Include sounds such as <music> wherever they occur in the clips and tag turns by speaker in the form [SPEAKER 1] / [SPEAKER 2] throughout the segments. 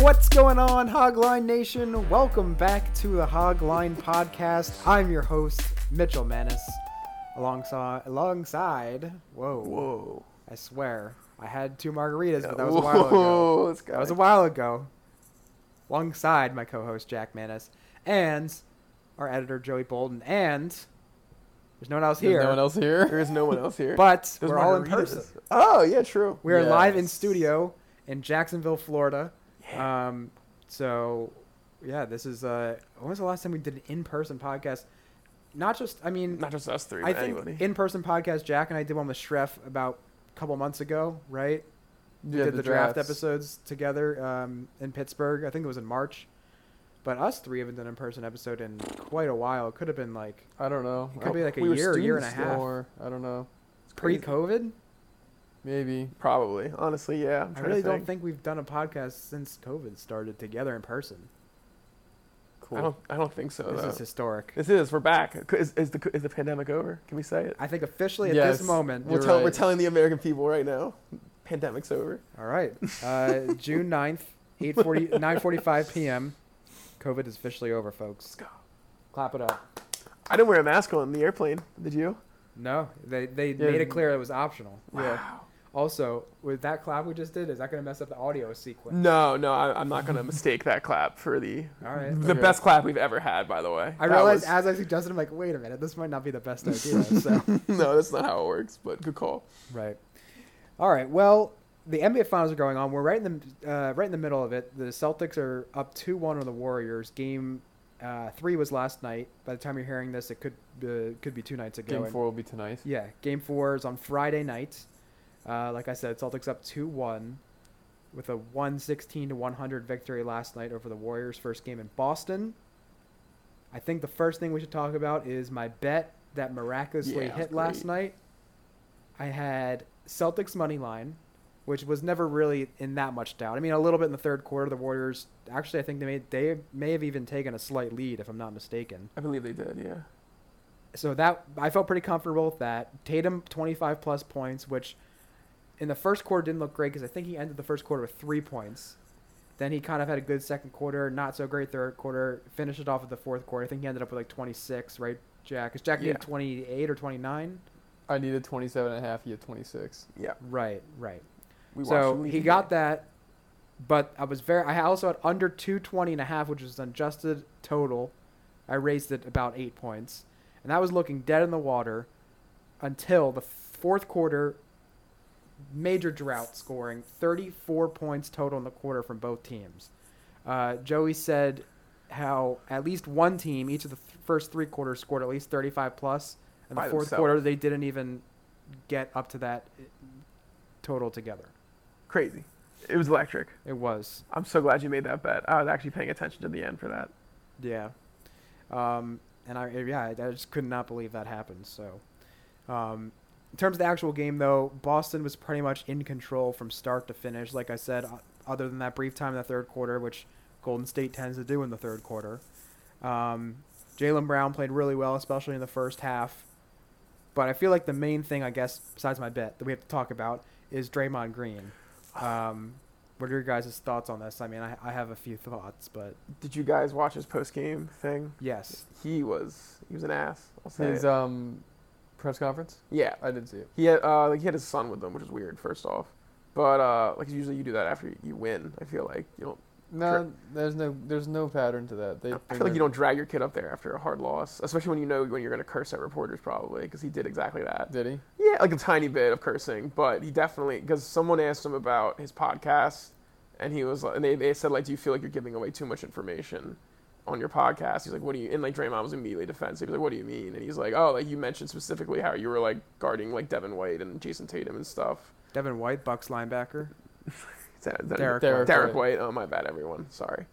[SPEAKER 1] What's going on, Hogline Nation? Welcome back to the Hogline Podcast. I'm your host, Mitchell Menace. Alongside, alongside, whoa,
[SPEAKER 2] Whoa.
[SPEAKER 1] I swear, I had two margaritas, but that was a while ago.
[SPEAKER 2] Let's go.
[SPEAKER 1] That was a while ago. Alongside my co-host Jack Manis and our editor Joey Bolden, and there's no one else here.
[SPEAKER 3] There's no one else
[SPEAKER 2] there
[SPEAKER 3] here.
[SPEAKER 2] is no one else <laughs> here.
[SPEAKER 1] But
[SPEAKER 2] Those
[SPEAKER 1] we're all in
[SPEAKER 2] margaritas.
[SPEAKER 1] person.
[SPEAKER 2] Oh, yeah, true.
[SPEAKER 1] We are live in
[SPEAKER 3] Yes.
[SPEAKER 1] studio in Jacksonville, Florida. Um, so, yeah, this is. Uh, when was the last time we did an in-person podcast? Not just. I mean,
[SPEAKER 2] Not just us three,
[SPEAKER 1] I
[SPEAKER 2] but
[SPEAKER 1] think
[SPEAKER 2] anybody.
[SPEAKER 1] in-person podcast. Jack and I did one with Shref about a couple months ago, right? We
[SPEAKER 3] Yeah,
[SPEAKER 1] did the, draft
[SPEAKER 3] drafts.
[SPEAKER 1] episodes together um, in Pittsburgh. I think it was in March. But us three haven't done an in-person episode in quite a while. It could have been like
[SPEAKER 3] I don't know.
[SPEAKER 1] could be like a
[SPEAKER 2] we were
[SPEAKER 1] year, a year and a
[SPEAKER 2] students,
[SPEAKER 1] half.
[SPEAKER 3] Or, I don't know.
[SPEAKER 2] crazy.
[SPEAKER 1] Pre-COVID,
[SPEAKER 3] Maybe.
[SPEAKER 2] Probably. Honestly, yeah. I'm
[SPEAKER 1] I
[SPEAKER 2] trying to
[SPEAKER 1] really don't think we've done a podcast since COVID started together in person.
[SPEAKER 3] Cool.
[SPEAKER 2] I don't, I don't think so,
[SPEAKER 1] This
[SPEAKER 2] though.
[SPEAKER 1] is historic.
[SPEAKER 2] this is. We're back. Is, is, the, is the pandemic over? Can we say it?
[SPEAKER 1] I think officially at
[SPEAKER 3] Yes.
[SPEAKER 1] this moment.
[SPEAKER 2] We're,
[SPEAKER 3] You're
[SPEAKER 2] tell,
[SPEAKER 3] right.
[SPEAKER 2] we're telling the American people right now. Pandemic's over.
[SPEAKER 1] All right.
[SPEAKER 2] <laughs>
[SPEAKER 1] Uh, June 9th, 840, 9.45 p.m. COVID is officially over, folks.
[SPEAKER 2] Let's go.
[SPEAKER 1] Clap it up.
[SPEAKER 2] I didn't wear a mask on the airplane. Did you?
[SPEAKER 1] No, they, they
[SPEAKER 3] Yeah.
[SPEAKER 1] made it clear it was optional.
[SPEAKER 2] Yeah.
[SPEAKER 1] Also, with that clap we just did, is that going to mess up the audio sequence?
[SPEAKER 2] No, no, I, I'm not gonna mistake that clap for the
[SPEAKER 1] All
[SPEAKER 2] <laughs>
[SPEAKER 1] right.
[SPEAKER 2] the
[SPEAKER 3] Okay.
[SPEAKER 2] best clap we've ever had. By the way,
[SPEAKER 1] I
[SPEAKER 2] That
[SPEAKER 1] realized
[SPEAKER 2] was-
[SPEAKER 1] as I suggested, I'm like, wait a minute, this might not be the
[SPEAKER 2] <laughs>
[SPEAKER 1] best idea. So,
[SPEAKER 2] no, that's not how it works. But good call.
[SPEAKER 1] right. All right. Well, the NBA finals are going on. We're right in the uh, right in the middle of it. The Celtics are up two one on the Warriors. Game uh, three was last night. By the time you're hearing this, it could uh, could be two nights ago.
[SPEAKER 3] Game
[SPEAKER 1] and-
[SPEAKER 3] four will be tonight.
[SPEAKER 1] Yeah, game four is on Friday night. Uh, like I said, Celtics up 2 1 with a 116 to 100 victory last night over the Warriors' first game in Boston. I think the first thing we should talk about is my bet that miraculously
[SPEAKER 2] Yeah,
[SPEAKER 1] hit
[SPEAKER 2] great.
[SPEAKER 1] last night. I had Celtics money line, which was never really in that much doubt. I mean, a little bit in the third quarter, the Warriors actually I think they may they may have even taken a slight lead if I'm not mistaken
[SPEAKER 2] I believe they did. Yeah.
[SPEAKER 1] so that I felt pretty comfortable with that. Tatum 25 plus points, which in the first quarter didn't look great because I think he ended the first quarter with three points. Then he kind of had a good second quarter, not so great third quarter. Finished it off with the fourth quarter. I think he ended up with like 26, right, Jack? Because Jack needed
[SPEAKER 2] Yeah.
[SPEAKER 1] 28 or 29.
[SPEAKER 3] I needed 27 and a half. You had 26.
[SPEAKER 2] Yeah.
[SPEAKER 1] Right, right.
[SPEAKER 2] We
[SPEAKER 1] so he got that, but I was very. I also had under 220 and a half, which was adjusted total. I raised it about eight points, and that was looking dead in the water until the fourth quarter. Major drought scoring 34 points total in the quarter from both teams. Uh, Joey said how at least one team each of the th- first three quarters scored at least 35 plus, and the
[SPEAKER 2] By
[SPEAKER 1] fourth
[SPEAKER 2] themselves.
[SPEAKER 1] quarter they didn't even get up to that eh, total together.
[SPEAKER 2] crazy. It was electric.
[SPEAKER 1] It was,
[SPEAKER 2] I'm so glad you made that bet. I was actually paying attention to the end for that.
[SPEAKER 1] yeah. Um, and I, yeah, I I just could not believe that happened. So, um, in terms of the actual game, though, Boston was pretty much in control from start to finish. Like I said, o- other than that brief time in the third quarter, which Golden State tends to do in the third quarter. Um, Jalen Brown played really well, especially in the first half. But I feel like the main thing, I guess, besides my bet that we have to talk about is Draymond Green. Um, What are your guys' thoughts on this? I mean, I, I have a few thoughts, but
[SPEAKER 2] Did you guys watch his post game thing?
[SPEAKER 1] yes.
[SPEAKER 2] He was he was an ass. I'll say
[SPEAKER 3] His
[SPEAKER 2] it.
[SPEAKER 3] um, press conference?
[SPEAKER 2] yeah.
[SPEAKER 3] I didn't see it.
[SPEAKER 2] He had uh, like he had his son with him, which is weird. First off, but uh, like usually you do that after you win. I feel like you don't.
[SPEAKER 3] No, there's no there's no pattern to that. They
[SPEAKER 2] I feel like you don't drag your kid up there after a hard loss, especially when you know when you're gonna curse at reporters probably because he did exactly that.
[SPEAKER 3] Did he?
[SPEAKER 2] Yeah, like a tiny bit of cursing, but he definitely because someone asked him about his podcast, and he was like, and they, they said like, do you feel like you're giving away too much information on your podcast? He's like, what do you? And like Draymond was immediately defensive. He was like, what do you mean? And he's like, oh, like you mentioned specifically how you were like guarding like Devin White and Jason Tatum and stuff.
[SPEAKER 1] Devin White, Bucks linebacker.
[SPEAKER 2] Is that- that-
[SPEAKER 1] Derek
[SPEAKER 3] Derek
[SPEAKER 1] White.
[SPEAKER 2] Derek White. Oh my bad, everyone. Sorry.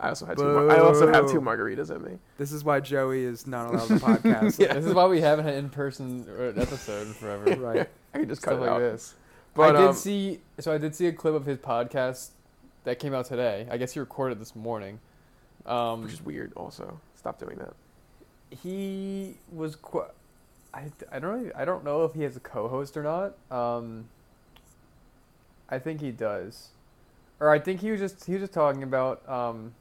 [SPEAKER 2] I also had two. Mar- I also have two
[SPEAKER 1] Boo.
[SPEAKER 2] margaritas in me.
[SPEAKER 1] This is why Joey is not allowed to podcast.
[SPEAKER 2] <laughs> Yeah.
[SPEAKER 3] This is why we haven't had in person an episode
[SPEAKER 2] <laughs>
[SPEAKER 3] in forever.
[SPEAKER 1] Right.
[SPEAKER 2] I could just cut
[SPEAKER 3] Stuff
[SPEAKER 2] it
[SPEAKER 3] like
[SPEAKER 2] out.
[SPEAKER 3] this.
[SPEAKER 2] But
[SPEAKER 3] I did
[SPEAKER 2] um,
[SPEAKER 3] see so I did see a clip of his podcast that came out today. I guess he recorded this morning. Um,
[SPEAKER 2] which is weird. Also, stop doing that.
[SPEAKER 3] he was qu- I, I don't really, I don't know if he has a co-host or not. Um, I think he does, or I think he was just he was just talking about um,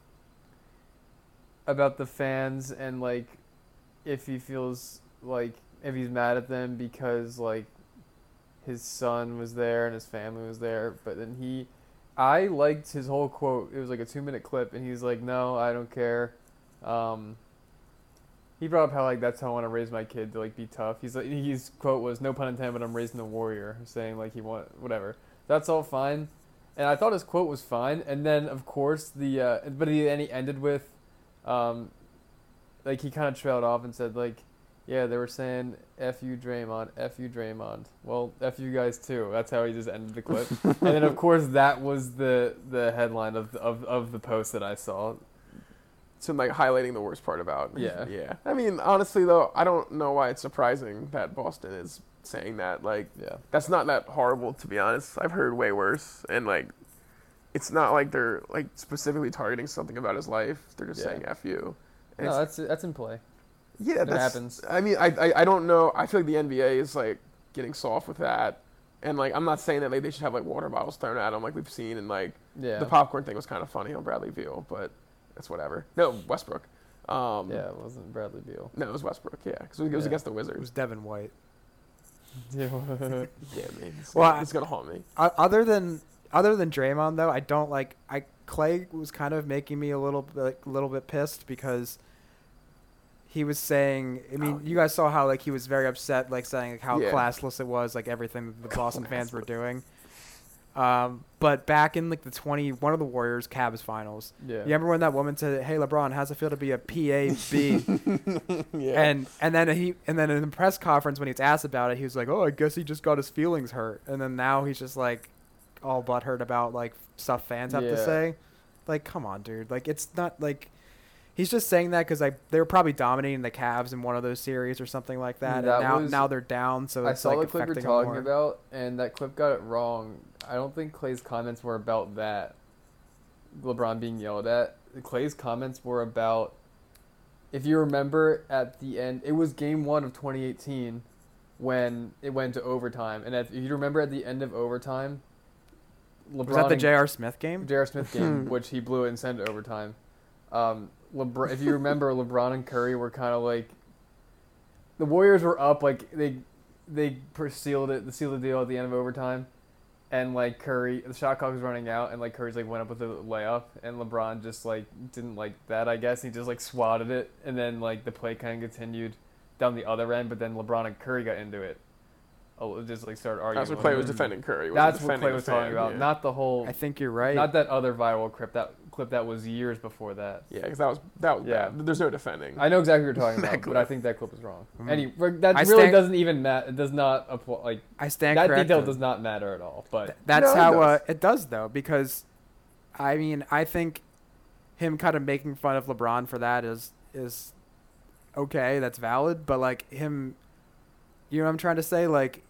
[SPEAKER 3] about the fans and like if he feels like if he's mad at them because like his son was there and his family was there, but then he. I liked his whole quote. It was like a two-minute clip, and he's like, "No, I don't care." Um, he brought up how like that's how I want to raise my kid to like be tough. He's like his quote was no pun intended, but I'm raising a warrior, saying like he want whatever. That's all fine, and I thought his quote was fine. And then of course the uh, but he then he ended with, um, like he kind of trailed off and said like, yeah they were saying f you Draymond, f you Draymond. Well f you guys too. That's how he just ended the clip. and then of course that was the the headline of of of the post that I saw.
[SPEAKER 2] So like highlighting the worst part about.
[SPEAKER 3] Yeah.
[SPEAKER 2] Yeah. I mean, honestly though, I don't know why it's surprising that Boston is saying that. Like,
[SPEAKER 3] Yeah.
[SPEAKER 2] that's not that horrible to be honest. I've heard way worse, and like, it's not like they're like specifically targeting something about his life. They're just
[SPEAKER 3] Yeah.
[SPEAKER 2] saying "f you." And
[SPEAKER 3] No,
[SPEAKER 2] it's-
[SPEAKER 3] that's that's in play.
[SPEAKER 2] yeah,
[SPEAKER 3] it
[SPEAKER 2] that's,
[SPEAKER 3] happens.
[SPEAKER 2] I mean, I, I I don't know. I feel like the NBA is like getting soft with that, and like I'm not saying that like they should have like water bottles thrown at them like we've seen, and like
[SPEAKER 3] Yeah.
[SPEAKER 2] the popcorn thing was kind of funny on Bradley Beal, but that's whatever. No, Westbrook. Um,
[SPEAKER 3] Yeah, it wasn't Bradley <laughs> Beal.
[SPEAKER 2] No, it was Westbrook. Yeah, because it was
[SPEAKER 3] Yeah.
[SPEAKER 2] against the
[SPEAKER 1] It was
[SPEAKER 2] Wizards.
[SPEAKER 1] Devin White.
[SPEAKER 3] Yeah.
[SPEAKER 2] Yeah, man. It's,
[SPEAKER 1] Well,
[SPEAKER 2] gonna-
[SPEAKER 1] I-
[SPEAKER 2] it's gonna haunt
[SPEAKER 3] <laughs>
[SPEAKER 2] me.
[SPEAKER 1] O- other than other than Draymond though, I don't like I Clay was kind of making me a little bit, little bit pissed because he was saying. I mean,
[SPEAKER 2] Oh,
[SPEAKER 1] you guys saw how like he was very upset, like saying like, how
[SPEAKER 2] Yeah.
[SPEAKER 1] classless it was, like everything that
[SPEAKER 2] <laughs>
[SPEAKER 1] the Boston fans were doing. Um, but back in like the twenty one of the Warriors Cavs finals,
[SPEAKER 3] yeah.
[SPEAKER 1] you remember when that woman said, "Hey LeBron, how's it feel to be a
[SPEAKER 2] <laughs>
[SPEAKER 1] PAB?" And and then he and then in the press conference when he was asked about it, he was like, "Oh, I guess he just got his feelings hurt." And then now he's just like all butthurt about like stuff fans have to
[SPEAKER 3] Yeah.
[SPEAKER 1] say. Like, come on, dude. Like, it's not like he's just saying that because like they were probably dominating the Cavs in one of those series or something like that.
[SPEAKER 3] Mm, That
[SPEAKER 1] and now
[SPEAKER 3] was-
[SPEAKER 1] now they're down, so
[SPEAKER 3] I
[SPEAKER 1] it's
[SPEAKER 3] saw
[SPEAKER 1] like
[SPEAKER 3] the clip you're
[SPEAKER 1] affecting 'em
[SPEAKER 3] talking
[SPEAKER 1] more.
[SPEAKER 3] about, and that clip got it wrong. I don't think Clay's comments were about that. LeBron being yelled at. Clay's comments were about, if you remember, at the end, it was Game One of 2018, when it went to overtime, and at, if you remember, at the end of overtime, LeBron
[SPEAKER 1] Was that the
[SPEAKER 3] and-
[SPEAKER 1] J.R. Smith game?
[SPEAKER 3] J.R. Smith game, which he blew it and sent it to overtime. Um, LeBron, if you remember, <laughs> LeBron and Curry were kind of like the Warriors were up, like they they per- sealed it, the sealed the deal at the end of overtime, and like Curry, the shot clock was running out, and like Curry's like went up with a layup, and LeBron just like didn't like that, I guess. He just like swatted it, and then like the play kind of continued down the other end, but then LeBron and Curry got into it. Oh, just like started arguing.
[SPEAKER 2] That's what
[SPEAKER 3] with
[SPEAKER 2] Clay
[SPEAKER 3] him.
[SPEAKER 2] was defending Curry. wasn't
[SPEAKER 3] That's what
[SPEAKER 2] defending
[SPEAKER 3] Clay
[SPEAKER 2] the
[SPEAKER 3] was talking
[SPEAKER 2] fan,
[SPEAKER 3] about,
[SPEAKER 2] yeah.
[SPEAKER 3] not the whole
[SPEAKER 1] I think you're right.
[SPEAKER 3] not that other viral clip that clip that was years before that.
[SPEAKER 2] yeah, because that was that was
[SPEAKER 3] Yeah.
[SPEAKER 2] bad. There's no defending.
[SPEAKER 3] I know exactly what you're talking
[SPEAKER 2] That
[SPEAKER 3] about, but I
[SPEAKER 2] clip.
[SPEAKER 3] think that clip was wrong.
[SPEAKER 1] Mm.
[SPEAKER 3] Any that
[SPEAKER 1] I
[SPEAKER 3] really
[SPEAKER 1] stand-
[SPEAKER 3] doesn't even matter. It does not apply. Like
[SPEAKER 1] I stand
[SPEAKER 3] that
[SPEAKER 1] corrected.
[SPEAKER 3] detail does not matter at all. But
[SPEAKER 1] Th- that's
[SPEAKER 2] No, it
[SPEAKER 1] how uh,
[SPEAKER 2] does.
[SPEAKER 1] it does though because i mean i think him kind of making fun of lebron for that is is okay that's valid but like him you know what i'm trying to say like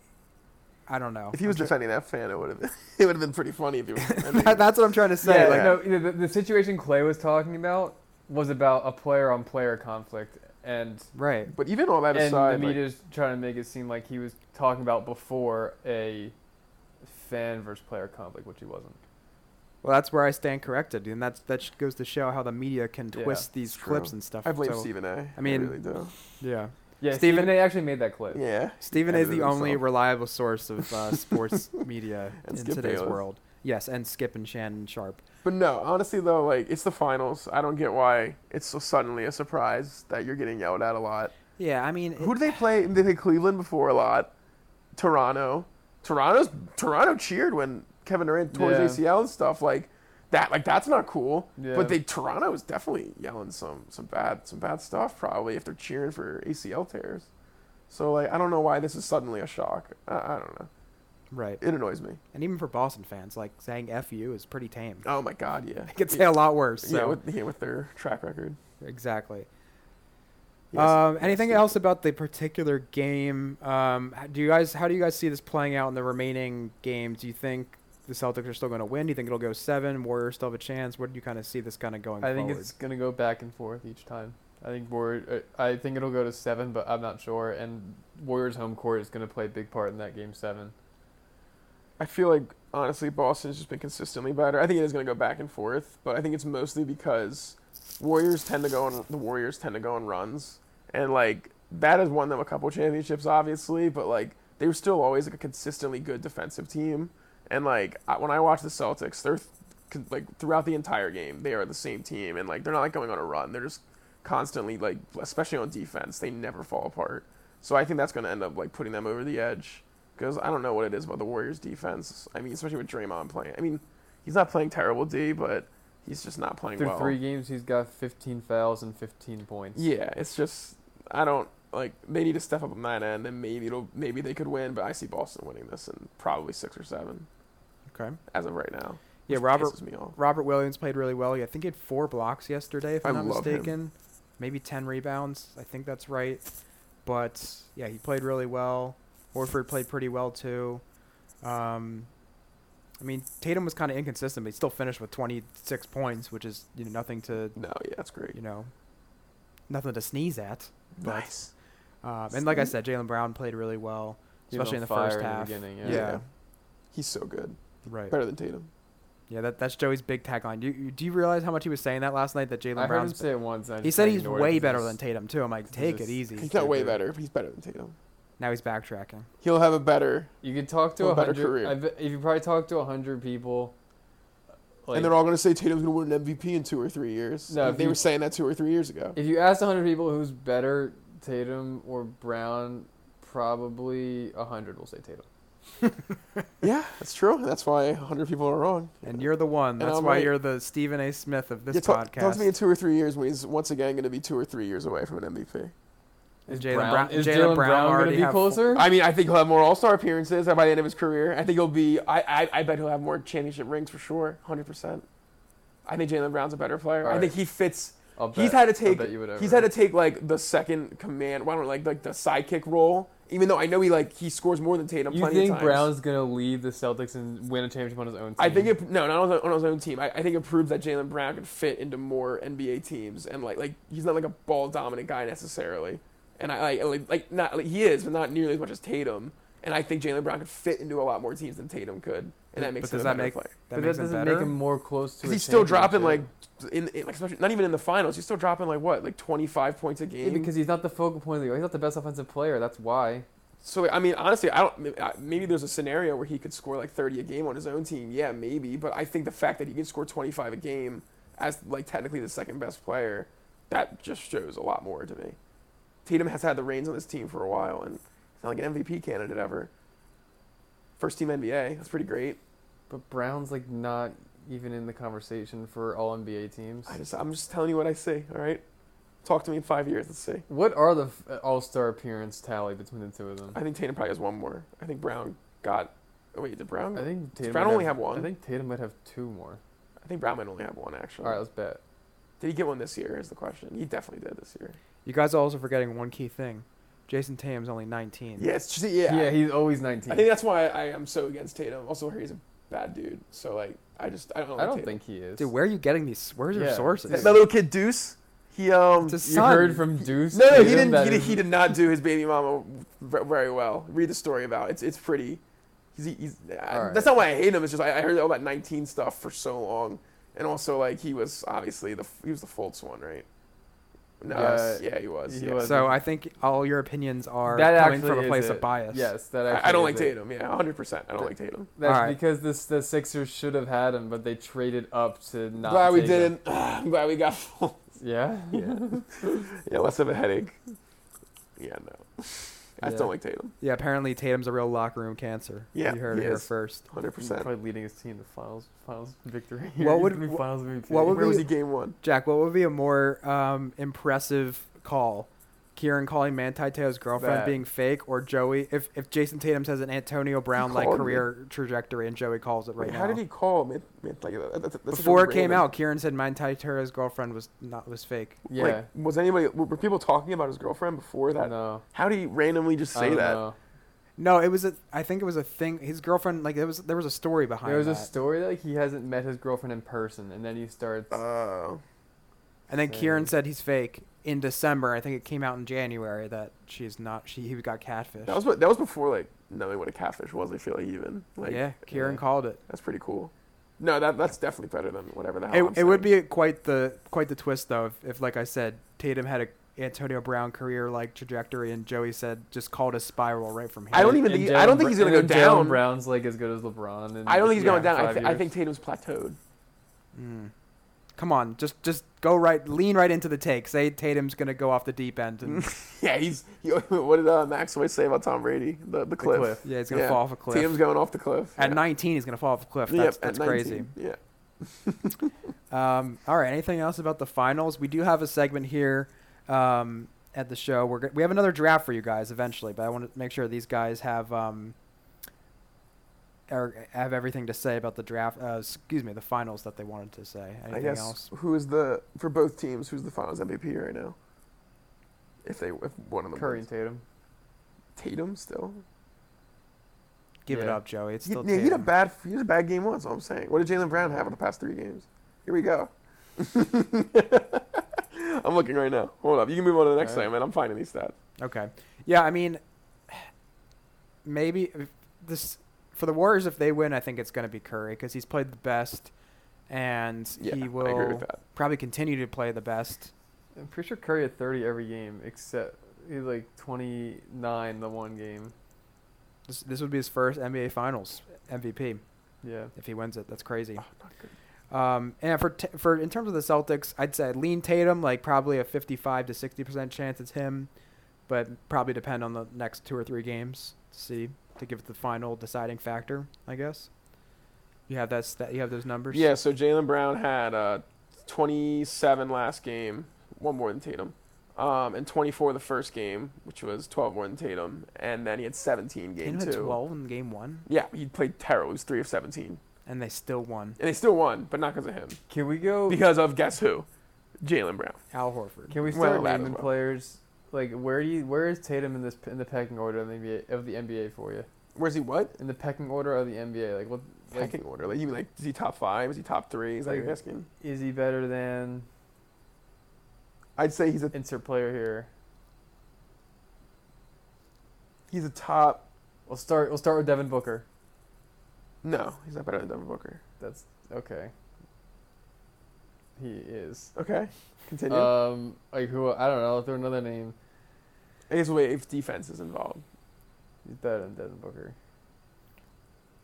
[SPEAKER 1] i don't know
[SPEAKER 2] if he was
[SPEAKER 1] I'm try-
[SPEAKER 2] defending that fan, it would have been <laughs> it would have been pretty funny if
[SPEAKER 3] <laughs>
[SPEAKER 2] he was. defending-
[SPEAKER 1] <laughs> That- that's what i'm trying to say
[SPEAKER 3] yeah,
[SPEAKER 1] like
[SPEAKER 3] no, the, the- the situation Clay was talking about was about a player on player conflict, and
[SPEAKER 1] right
[SPEAKER 2] but even all that
[SPEAKER 3] and
[SPEAKER 2] aside,
[SPEAKER 3] the
[SPEAKER 2] like,
[SPEAKER 3] media's trying to make it seem like he was talking about before a fan versus player conflict, which he wasn't.
[SPEAKER 1] Well, that's where I stand corrected, and that's that sh- goes to show how the media can
[SPEAKER 3] Yeah,
[SPEAKER 1] twist these
[SPEAKER 2] it's
[SPEAKER 1] clips
[SPEAKER 2] true.
[SPEAKER 1] and stuff.
[SPEAKER 2] I blame
[SPEAKER 1] so-
[SPEAKER 2] Stephen A. I
[SPEAKER 1] mean-
[SPEAKER 2] really do.
[SPEAKER 1] Yeah,
[SPEAKER 3] Yeah,
[SPEAKER 1] Steven-
[SPEAKER 3] Stephen A. actually made that clip.
[SPEAKER 2] Yeah.
[SPEAKER 1] Stephen is
[SPEAKER 2] Edited
[SPEAKER 1] the only
[SPEAKER 2] himself.
[SPEAKER 1] reliable source of
[SPEAKER 2] <laughs>
[SPEAKER 1] uh, sports media
[SPEAKER 2] And
[SPEAKER 1] in
[SPEAKER 2] Skip
[SPEAKER 1] today's
[SPEAKER 2] Bayless.
[SPEAKER 1] world. Yes, and Skip and Shannon Sharp.
[SPEAKER 2] But no, honestly though, like it's the finals. I don't get why it's so suddenly a surprise that you're getting yelled at a lot.
[SPEAKER 1] Yeah, I mean,
[SPEAKER 2] Who did they play? They played Cleveland before a lot. Toronto. Toronto's Toronto cheered when Kevin Durant tore his
[SPEAKER 3] Yeah.
[SPEAKER 2] ACL and stuff like that. Like that's not cool.
[SPEAKER 3] Yeah.
[SPEAKER 2] But they Toronto is definitely yelling some some bad some bad stuff probably if they're cheering for ACL tears. So like I don't know why this is suddenly a shock. I, I don't know.
[SPEAKER 1] right?
[SPEAKER 2] It annoys me.
[SPEAKER 1] And even for Boston fans, like saying "f you" is pretty
[SPEAKER 2] <laughs>
[SPEAKER 1] tame.
[SPEAKER 2] Oh my god, yeah.
[SPEAKER 1] I could say a lot worse.
[SPEAKER 2] yeah,
[SPEAKER 1] So.
[SPEAKER 2] with, yeah, with their track record.
[SPEAKER 1] Exactly.
[SPEAKER 2] Yes,
[SPEAKER 3] Uh,
[SPEAKER 1] um,
[SPEAKER 2] yes,
[SPEAKER 1] anything
[SPEAKER 2] yes.
[SPEAKER 1] else about the particular game? Um, h- do you guys? How do you guys see this playing out in the remaining game? Do you think the Celtics are still going to win? Do you think it'll go seven? Warriors still have a chance. Where do you kind of see this kind of going?
[SPEAKER 3] I think
[SPEAKER 1] forward?
[SPEAKER 3] it's gonna go back and forth each time. I think Warrior, uh, I think it'll go to seven, but I'm not sure. And Warriors home court is gonna play a big part in that game seven.
[SPEAKER 2] I feel like honestly Boston's just been consistently better. I think it is going to go back and forth, but I think it's mostly because Warriors tend to go on the Warriors tend to go on runs, and like that has won them a couple championships, obviously. But like they were still always like a consistently good defensive team, and like I, when I watch the Celtics, they're th- con- like throughout the entire game they are the same team, and like they're not like going on a run. They're just constantly like, especially on defense, they never fall apart. So I think that's going to end up like putting them over the edge. Because I don't know what it is about the Warriors' defense. I mean, especially with Draymond playing. I mean, he's not playing terrible D, but he's just not playing
[SPEAKER 3] Through
[SPEAKER 2] well.
[SPEAKER 3] three games, he's got 15 fouls and 15 points.
[SPEAKER 2] Yeah, it's just I don't like they need to step up on that end, and maybe it'll maybe they could win. But I see Boston winning this in probably six or seven
[SPEAKER 1] okay.
[SPEAKER 2] as of right now.
[SPEAKER 1] Yeah,
[SPEAKER 2] which
[SPEAKER 1] Robert-
[SPEAKER 2] pisses me off.
[SPEAKER 1] Robert Williams played really well. I think he had four blocks yesterday, if
[SPEAKER 2] I
[SPEAKER 1] I'm not
[SPEAKER 2] love him.
[SPEAKER 1] mistaken. Maybe ten rebounds. I think that's right. But yeah, he played really well. Horford played pretty well too. Um, I mean, Tatum was kind of inconsistent, but he still finished with 26 points, which is you know nothing to
[SPEAKER 2] No, yeah, that's great.
[SPEAKER 1] you know nothing to sneeze at. but-
[SPEAKER 2] Nice.
[SPEAKER 1] Um, and like I said, Jalen Brown played really well,
[SPEAKER 3] He was
[SPEAKER 1] especially in the
[SPEAKER 3] on fire
[SPEAKER 1] first half.
[SPEAKER 3] beginning,
[SPEAKER 1] yeah.
[SPEAKER 3] yeah.
[SPEAKER 2] he's so good,
[SPEAKER 1] right.
[SPEAKER 2] better than Tatum.
[SPEAKER 1] Yeah, that, that's Joey's big tagline. Do you, do you realize how much he was saying that last night? That
[SPEAKER 3] I
[SPEAKER 1] Jalen
[SPEAKER 3] heard him
[SPEAKER 1] Brown's
[SPEAKER 3] say it once. and I
[SPEAKER 1] He
[SPEAKER 3] just
[SPEAKER 1] said
[SPEAKER 3] kinda
[SPEAKER 1] he's
[SPEAKER 3] ignored it
[SPEAKER 1] way
[SPEAKER 3] 'cause
[SPEAKER 1] better
[SPEAKER 3] it's-
[SPEAKER 1] than Tatum too. I'm like,
[SPEAKER 3] it's
[SPEAKER 1] take it
[SPEAKER 3] just-
[SPEAKER 1] easy.
[SPEAKER 2] He's not way
[SPEAKER 3] good.
[SPEAKER 2] better, but he's better than Tatum.
[SPEAKER 1] Now he's backtracking.
[SPEAKER 2] He'll have a better,
[SPEAKER 3] You could talk to
[SPEAKER 2] Or a
[SPEAKER 3] a
[SPEAKER 2] better
[SPEAKER 3] hundred.
[SPEAKER 2] career.
[SPEAKER 3] I bet- If you probably talk to a hundred people, uh, like,
[SPEAKER 2] and they're all going to say Tatum's going to win an MVP in two or three years.
[SPEAKER 3] No,
[SPEAKER 2] No,
[SPEAKER 3] if
[SPEAKER 2] they
[SPEAKER 3] you-
[SPEAKER 2] were saying that two or three years ago.
[SPEAKER 3] if you asked a hundred people who's better, Tatum or Brown, probably a hundred will say Tatum.
[SPEAKER 2] yeah, that's true. That's why hundred people are wrong.
[SPEAKER 1] And you're the one.
[SPEAKER 2] And
[SPEAKER 1] That's
[SPEAKER 2] I'm
[SPEAKER 1] why
[SPEAKER 2] right.
[SPEAKER 1] you're the Stephen A. Smith of this
[SPEAKER 2] Yeah, talk,
[SPEAKER 1] podcast.
[SPEAKER 2] talk to me in two or three years when he's once again going to be two or three years away from an MVP.
[SPEAKER 1] And
[SPEAKER 3] Is
[SPEAKER 1] Jalen
[SPEAKER 3] Brown,
[SPEAKER 1] Brown-
[SPEAKER 3] is
[SPEAKER 1] Jalen
[SPEAKER 3] Jalen
[SPEAKER 1] Brown
[SPEAKER 3] Brown
[SPEAKER 1] already
[SPEAKER 3] going to
[SPEAKER 1] have
[SPEAKER 3] be
[SPEAKER 1] four-
[SPEAKER 3] closer?
[SPEAKER 2] I mean, I think he'll have more All Star appearances by the end of his career. I think he'll be. I, I, I bet he'll have more championship rings for sure, hundred percent. I think Jalen Brown's a better player.
[SPEAKER 3] All
[SPEAKER 2] I
[SPEAKER 3] right.
[SPEAKER 2] think he fits.
[SPEAKER 3] I'll
[SPEAKER 2] he's
[SPEAKER 3] bet-
[SPEAKER 2] had to
[SPEAKER 3] I'll
[SPEAKER 2] take.
[SPEAKER 3] bet you whatever.
[SPEAKER 2] He's had to take like the second command. Why don't like like the sidekick role? Even though I know he like he scores more than Tatum.
[SPEAKER 3] You
[SPEAKER 2] plenty of
[SPEAKER 3] think
[SPEAKER 2] times.
[SPEAKER 3] Brown's gonna lead the Celtics and win a championship on his own? Team?
[SPEAKER 2] I think it no, not on his, on his own team. I, I think it proves that Jalen Brown can fit into more NBA teams, and like like he's not like a ball dominant guy necessarily. And I like like, like not like he is, but not nearly as much as Tatum. And I think Jalen Brown could fit into a lot more teams than Tatum could, and that makes
[SPEAKER 1] but
[SPEAKER 2] him
[SPEAKER 1] does that
[SPEAKER 2] a better
[SPEAKER 1] make
[SPEAKER 2] player.
[SPEAKER 1] that
[SPEAKER 3] but that
[SPEAKER 1] makes
[SPEAKER 3] doesn't
[SPEAKER 1] him better?
[SPEAKER 3] make him more close to.
[SPEAKER 2] Because
[SPEAKER 3] a
[SPEAKER 2] he's still dropping like
[SPEAKER 3] championship.
[SPEAKER 2] in, in like especially, not even in the finals. He's still dropping like what like twenty five points a game.
[SPEAKER 3] Yeah, because he's not the focal point of the league. He's not the best offensive player. That's why.
[SPEAKER 2] So I mean, honestly, I don't. may- I- Maybe there's a scenario where he could score like 30 a game on his own team. Yeah, maybe. But I think the fact that he can score 25 a game as like technically the second best player, that just shows a lot more to me. Tatum has had the reins on this team for a while, and he's not like an MVP candidate ever. First team NBA. That's pretty great.
[SPEAKER 3] But Brown's like not even in the conversation for all NBA teams.
[SPEAKER 2] I just, I'm just telling you what I see. All right, talk to me in five years. Let's see.
[SPEAKER 3] What are the f- uh, All-Star appearance tally between the two of them?
[SPEAKER 2] I think Tatum probably has one more. I think Brown got. Oh, wait, did Brown?
[SPEAKER 3] I think Tatum
[SPEAKER 2] Brown
[SPEAKER 3] might
[SPEAKER 2] only have one.
[SPEAKER 3] I think Tatum might have two more.
[SPEAKER 2] I think Brown might only have one actually.
[SPEAKER 3] All right, let's bet.
[SPEAKER 2] Did he get one this year? Is the question. He definitely did this year.
[SPEAKER 1] You guys are also forgetting one key thing. Jason Tatum's only 19.
[SPEAKER 2] Yeah, it's just, yeah.
[SPEAKER 3] Yeah, he's always
[SPEAKER 2] I
[SPEAKER 3] 19.
[SPEAKER 2] think that's why I am so against Tatum. Also, he's a bad dude. So like, I just I don't. Like
[SPEAKER 3] I don't
[SPEAKER 2] Tatum.
[SPEAKER 3] think he is.
[SPEAKER 1] Dude, where are you getting these? Where's your
[SPEAKER 3] Yeah,
[SPEAKER 1] sources?
[SPEAKER 2] that, that little kid Deuce. He um.
[SPEAKER 1] It's his
[SPEAKER 3] you
[SPEAKER 1] son.
[SPEAKER 3] heard from Deuce?
[SPEAKER 2] no, no,
[SPEAKER 3] Tatum
[SPEAKER 2] he didn't.
[SPEAKER 3] that
[SPEAKER 2] He, did-
[SPEAKER 3] his-
[SPEAKER 2] he did not do his baby mama v- very well. Read the story about it. it's it's pretty. He's He's, he's, I,
[SPEAKER 3] All right.
[SPEAKER 2] That's not why I hate him. It's just I, I heard all that 19 stuff for so long, and also like he was obviously the he was the Fultz one, right? No,
[SPEAKER 3] Yeah,
[SPEAKER 2] yeah, he was.
[SPEAKER 3] he
[SPEAKER 2] yeah.
[SPEAKER 3] was.
[SPEAKER 1] So I think all your opinions are
[SPEAKER 3] that
[SPEAKER 1] coming from
[SPEAKER 3] actually
[SPEAKER 1] a
[SPEAKER 3] is
[SPEAKER 1] place
[SPEAKER 3] it.
[SPEAKER 1] of bias.
[SPEAKER 3] Yes, that actually
[SPEAKER 2] I, I don't like
[SPEAKER 3] is it.
[SPEAKER 2] Tatum. Yeah, 100. percent I don't like Tatum.
[SPEAKER 3] That's
[SPEAKER 1] All right.
[SPEAKER 3] because this the Sixers should have had him, but they traded up to not.
[SPEAKER 2] glad we
[SPEAKER 3] take him.
[SPEAKER 2] didn't. <sighs> I'm glad we got full.
[SPEAKER 3] Yeah. <laughs>
[SPEAKER 2] Yeah. <laughs> yeah, less of a headache. Yeah, no. I just
[SPEAKER 3] Yeah.
[SPEAKER 2] don't like Tatum.
[SPEAKER 1] Yeah. Apparently Tatum's a real locker room cancer.
[SPEAKER 2] Yeah,
[SPEAKER 1] You heard
[SPEAKER 2] he
[SPEAKER 1] it here
[SPEAKER 2] is.
[SPEAKER 1] first.
[SPEAKER 2] 100%.
[SPEAKER 3] Probably leading his team to finals finals victory.
[SPEAKER 1] What
[SPEAKER 3] He's <laughs>
[SPEAKER 1] would-
[SPEAKER 3] gonna be
[SPEAKER 1] wh-
[SPEAKER 3] finals MVP?
[SPEAKER 1] what would
[SPEAKER 2] Where
[SPEAKER 1] be-
[SPEAKER 2] was he game one?
[SPEAKER 1] Jack, what would be a more um, impressive call? Kieran calling Manti Teo's girlfriend
[SPEAKER 3] That.
[SPEAKER 1] being fake, or Joey? If if Jason Tatum has an Antonio Brown like
[SPEAKER 2] called me.
[SPEAKER 1] career trajectory, and Joey calls it right
[SPEAKER 2] Wait,
[SPEAKER 1] now.
[SPEAKER 2] how did he call? Man, man, like, that- that- that's such a
[SPEAKER 1] Before it came
[SPEAKER 2] random-
[SPEAKER 1] out, Kieran said Manti Teo's girlfriend was not was fake.
[SPEAKER 3] yeah.
[SPEAKER 2] Like, was anybody, were, were people talking about his girlfriend before that?
[SPEAKER 3] no.
[SPEAKER 2] How did he randomly just
[SPEAKER 3] I
[SPEAKER 2] say
[SPEAKER 3] don't
[SPEAKER 2] that?
[SPEAKER 3] know.
[SPEAKER 1] No, it was a. I think it was a thing. His girlfriend, like there was, there was a story behind.
[SPEAKER 3] There was a
[SPEAKER 1] that.
[SPEAKER 3] story that like, he hasn't met his girlfriend in person, and then he starts.
[SPEAKER 2] Oh.
[SPEAKER 1] And then
[SPEAKER 3] Same.
[SPEAKER 1] Kieran said he's fake in December. I think it came out in January that she's not. She he got catfished.
[SPEAKER 2] that was what- that was before like knowing what a catfish was. I feel like even like
[SPEAKER 1] yeah, Kieran
[SPEAKER 3] yeah.
[SPEAKER 1] called it.
[SPEAKER 2] that's pretty cool. No, that that's definitely better than whatever the hell.
[SPEAKER 1] It,
[SPEAKER 2] Oh, I'm
[SPEAKER 1] it would
[SPEAKER 2] saying.
[SPEAKER 1] be a- quite the quite the twist though if, if like I said Tatum had a Antonio Brown career like trajectory and Joey said just called a spiral right from here.
[SPEAKER 2] I don't even
[SPEAKER 3] and
[SPEAKER 2] think-
[SPEAKER 3] Jalen
[SPEAKER 2] I don't think
[SPEAKER 3] Br-
[SPEAKER 2] he's gonna
[SPEAKER 3] and
[SPEAKER 2] go
[SPEAKER 3] then Jalen
[SPEAKER 2] down.
[SPEAKER 3] Brown's like as good as LeBron. And
[SPEAKER 2] I don't think he's going
[SPEAKER 1] Yeah,
[SPEAKER 2] down. I, th- I think Tatum's plateaued.
[SPEAKER 1] Mm. Come on, just just go right, lean right into the take. Say Tatum's gonna go off the deep end
[SPEAKER 2] <laughs>
[SPEAKER 1] and <laughs>
[SPEAKER 2] Yeah, he's. He, <laughs> what did uh, Max always say about Tom Brady? The the cliff.
[SPEAKER 3] cliff.
[SPEAKER 1] yeah, he's gonna
[SPEAKER 2] Yeah.
[SPEAKER 1] fall off a cliff.
[SPEAKER 2] Tatum's going off the cliff.
[SPEAKER 1] at
[SPEAKER 2] yeah.
[SPEAKER 1] 19, he's gonna fall off a cliff.
[SPEAKER 2] Yep,
[SPEAKER 1] That's,
[SPEAKER 2] at
[SPEAKER 1] that's crazy.
[SPEAKER 2] 19, Yeah.
[SPEAKER 1] Um, all right. Anything else about the finals? We do have a segment here um, at the show. We're g- we have another draft for you guys eventually, but I want to make sure these guys have um, er, have everything to say about the draft. Uh, excuse me, the finals that they wanted to say. Anything
[SPEAKER 2] I guess
[SPEAKER 1] else?
[SPEAKER 2] who is the for both teams? Who's the Finals MVP right now? If they if one of them
[SPEAKER 3] Curry and
[SPEAKER 2] wins.
[SPEAKER 3] Tatum.
[SPEAKER 2] Tatum still.
[SPEAKER 1] Give it
[SPEAKER 3] yeah.
[SPEAKER 1] up, Joey. It's
[SPEAKER 2] He,
[SPEAKER 1] still
[SPEAKER 2] yeah, he had a
[SPEAKER 1] Tatum.
[SPEAKER 2] bad he had a bad game one. So I'm saying, what did Jalen Brown have in the past three games? Here we go. <laughs> I'm looking right now. Hold up, you can move on to the next
[SPEAKER 3] All right.
[SPEAKER 2] segment. I'm finding these stats.
[SPEAKER 1] Okay. Yeah, I mean, maybe if this for the Warriors. If they win, I think it's going to be Curry because he's played the best, and
[SPEAKER 2] Yeah,
[SPEAKER 1] he
[SPEAKER 2] I agree with
[SPEAKER 1] will
[SPEAKER 2] that.
[SPEAKER 1] probably continue to play the best.
[SPEAKER 3] I'm pretty sure Curry had 30 every game except he's like 29 the one game.
[SPEAKER 1] This, this would be his first NBA Finals MVP
[SPEAKER 3] Yeah.
[SPEAKER 1] if he wins it. That's crazy.
[SPEAKER 2] Oh, not good.
[SPEAKER 1] Um, and for t- for in terms of the Celtics, I'd say lean Tatum, like probably a 55 to 60 percent chance it's him, but probably depend on the next two or three games to see to give it the final deciding factor. I guess. You have that. St- you have those numbers.
[SPEAKER 2] Yeah, so Jalen Brown had uh, 27 last game, one more than Tatum, um, and 24 the first game, which was 12 more than Tatum, and then he had 17 game
[SPEAKER 1] Tatum had
[SPEAKER 2] two.
[SPEAKER 1] 12 in game one,
[SPEAKER 2] Yeah, he played terrible. He was three of 17,
[SPEAKER 1] and they still won.
[SPEAKER 2] and they still won, but not because of him,
[SPEAKER 3] Can we go?
[SPEAKER 2] because of guess who, Jalen Brown.
[SPEAKER 1] Al Horford.
[SPEAKER 3] Can we
[SPEAKER 2] Well,
[SPEAKER 3] start
[SPEAKER 2] that as
[SPEAKER 3] naming
[SPEAKER 2] well.
[SPEAKER 3] players? Like where do you, where is Tatum in this in the pecking order of the NBA of the NBA for you?
[SPEAKER 2] Where's he? What?
[SPEAKER 3] In the pecking order of the NBA, like what? Like
[SPEAKER 2] Pecking order. Like, you mean like is he top five? Is he top three? Is that what you're
[SPEAKER 3] Like-
[SPEAKER 2] asking?
[SPEAKER 3] is he better than
[SPEAKER 2] I'd say he's a
[SPEAKER 3] insert player here?
[SPEAKER 2] he's a top.
[SPEAKER 3] We'll start we'll start with Devin Booker.
[SPEAKER 2] No, he's not better than Devin Booker.
[SPEAKER 3] That's okay. He is.
[SPEAKER 2] Okay, continue.
[SPEAKER 3] Um, like who? I don't know. Throw another name.
[SPEAKER 2] I guess wait if defense is involved.
[SPEAKER 3] He's better than Devin Booker.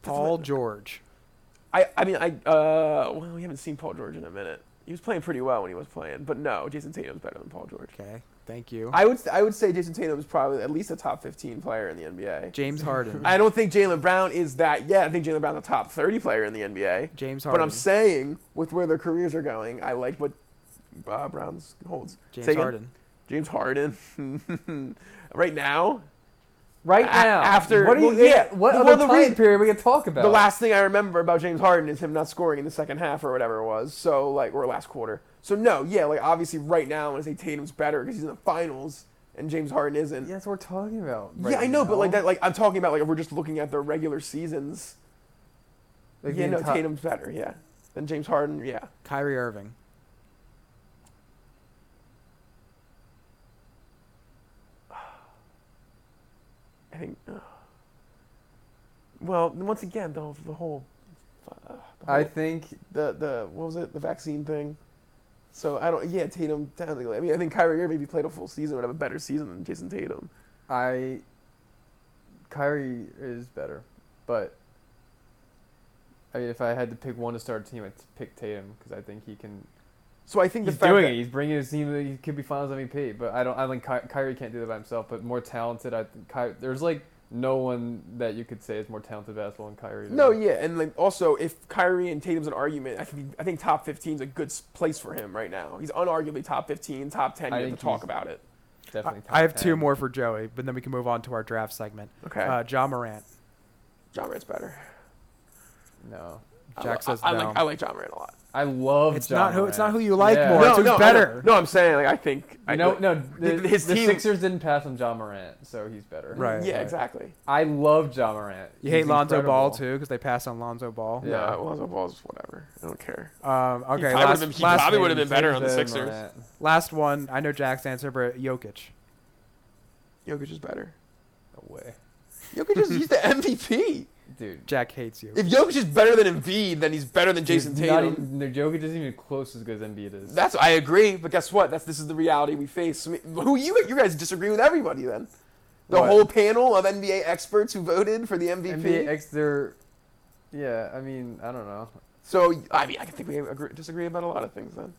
[SPEAKER 1] Paul George.
[SPEAKER 2] I, I mean, I, uh, well, we haven't seen Paul George in a minute. He was playing pretty well when he was playing, but no, Jason Tatum's better than Paul George.
[SPEAKER 1] Okay, thank you.
[SPEAKER 2] I would, I would say Jason Tatum is probably at least a top 15 player in the NBA.
[SPEAKER 1] James Harden.
[SPEAKER 2] I don't think Jalen Brown is that yet. I think Jalen Brown's a top 30 player in the NBA.
[SPEAKER 1] James
[SPEAKER 2] But
[SPEAKER 1] Harden.
[SPEAKER 2] I'm saying, with where their careers are going, I like what uh, Brown's holds.
[SPEAKER 1] James
[SPEAKER 2] Say again?
[SPEAKER 1] Harden.
[SPEAKER 2] James Harden. <laughs> right now,
[SPEAKER 3] Right
[SPEAKER 2] A-
[SPEAKER 3] now,
[SPEAKER 2] after-
[SPEAKER 3] what are you?
[SPEAKER 2] well, yeah.
[SPEAKER 3] What
[SPEAKER 2] Well, the
[SPEAKER 3] other time
[SPEAKER 2] rea-
[SPEAKER 3] period we can talk about?
[SPEAKER 2] The last thing I remember about James Harden is him not scoring in the second half or whatever it was. So like or last quarter. So no, yeah, like obviously right now I'm gonna say Tatum's better because he's in the finals and James Harden isn't.
[SPEAKER 3] Yeah,
[SPEAKER 2] Yeah,
[SPEAKER 3] that's what we're talking about.
[SPEAKER 2] I know, but like that, like I'm talking about like if we're just looking at the regular seasons. yeah, no, Tatum's better. Yeah, than James Harden. Yeah,
[SPEAKER 1] Kyrie Irving.
[SPEAKER 2] I think. Uh, Well, once again, though, the whole. Uh, the
[SPEAKER 3] I
[SPEAKER 2] whole-
[SPEAKER 3] think
[SPEAKER 2] the the what was it the vaccine thing. So I don't yeah Tatum technically I mean I think Kyrie Irving if he played a full season would have a better season than Jason Tatum.
[SPEAKER 3] I Kyrie is better, but I mean, if I had to pick one to start a team, I'd pick Tatum because I think he can.
[SPEAKER 2] So I think
[SPEAKER 3] He's
[SPEAKER 2] the fact
[SPEAKER 3] doing
[SPEAKER 2] that,
[SPEAKER 3] it. He's bringing his team. He could be Finals MVP, but I don't. I think Ky- Kyrie can't do that by himself. But more talented, I think Ky- there's like no one that you could say is more talented basketball than Kyrie.
[SPEAKER 2] No, yeah, and like also if Kyrie and Tatum's an argument, I think I think top 15 is a good s- place for him right now. He's unarguably top 15, top 10.
[SPEAKER 3] I
[SPEAKER 2] You have to
[SPEAKER 3] think
[SPEAKER 2] talk
[SPEAKER 3] he's-
[SPEAKER 2] about it.
[SPEAKER 3] definitely.
[SPEAKER 1] I have
[SPEAKER 3] top
[SPEAKER 1] two
[SPEAKER 3] 10.
[SPEAKER 1] more for Joey, but then we can move on to our draft segment.
[SPEAKER 2] Okay,
[SPEAKER 1] Uh, John Morant.
[SPEAKER 2] John Morant's better.
[SPEAKER 3] No,
[SPEAKER 2] I,
[SPEAKER 1] Jack
[SPEAKER 2] li-
[SPEAKER 1] says
[SPEAKER 2] I,
[SPEAKER 1] no.
[SPEAKER 2] like I like John Morant a lot.
[SPEAKER 3] I love.
[SPEAKER 1] it's
[SPEAKER 3] Ja
[SPEAKER 1] not who it's not
[SPEAKER 3] Morant.
[SPEAKER 1] who you like
[SPEAKER 3] Yeah.
[SPEAKER 1] more.
[SPEAKER 3] No,
[SPEAKER 1] it's who's
[SPEAKER 2] no, I
[SPEAKER 1] better.
[SPEAKER 2] don't- no, I'm saying like I think I
[SPEAKER 3] You know,
[SPEAKER 2] like-
[SPEAKER 3] no, the,
[SPEAKER 2] his
[SPEAKER 3] the
[SPEAKER 2] team-
[SPEAKER 3] Sixers didn't pass on John Morant, so he's better.
[SPEAKER 1] Right.
[SPEAKER 2] yeah
[SPEAKER 1] right.
[SPEAKER 2] exactly.
[SPEAKER 3] I love John Morant.
[SPEAKER 1] You
[SPEAKER 3] He's
[SPEAKER 1] hate Lonzo Ball
[SPEAKER 3] incredible.
[SPEAKER 1] too because they pass on Lonzo Ball.
[SPEAKER 3] Yeah.
[SPEAKER 2] No, Lonzo Ball's whatever. I don't care.
[SPEAKER 1] Um,
[SPEAKER 2] He
[SPEAKER 1] okay,
[SPEAKER 2] probably
[SPEAKER 1] last,
[SPEAKER 2] would've been- he
[SPEAKER 1] last,
[SPEAKER 2] probably
[SPEAKER 3] name
[SPEAKER 2] would've been
[SPEAKER 3] is
[SPEAKER 2] better on the
[SPEAKER 3] Jason
[SPEAKER 2] Sixers.
[SPEAKER 3] Morant.
[SPEAKER 1] last one. I know Jack's answer, but Jokic.
[SPEAKER 2] Jokic
[SPEAKER 1] <laughs>
[SPEAKER 2] is better.
[SPEAKER 3] No way,
[SPEAKER 2] Jokic is he's the MVP.
[SPEAKER 3] dude.
[SPEAKER 1] Jack hates you.
[SPEAKER 2] If Jokic is better than Embiid, then he's better than Jason
[SPEAKER 3] He's
[SPEAKER 2] Tatum.
[SPEAKER 3] Not even, no, Jokic isn't even close as good as Embiid is.
[SPEAKER 2] That's I agree, but guess what? That's this is the reality we face. I mean, who you you guys disagree with everybody then? The
[SPEAKER 3] What?
[SPEAKER 2] whole panel of NBA experts who voted for the MVP.
[SPEAKER 3] NBA X, they're. Yeah, I mean, I don't know.
[SPEAKER 2] so I mean, I think we agree, disagree about a lot of things then.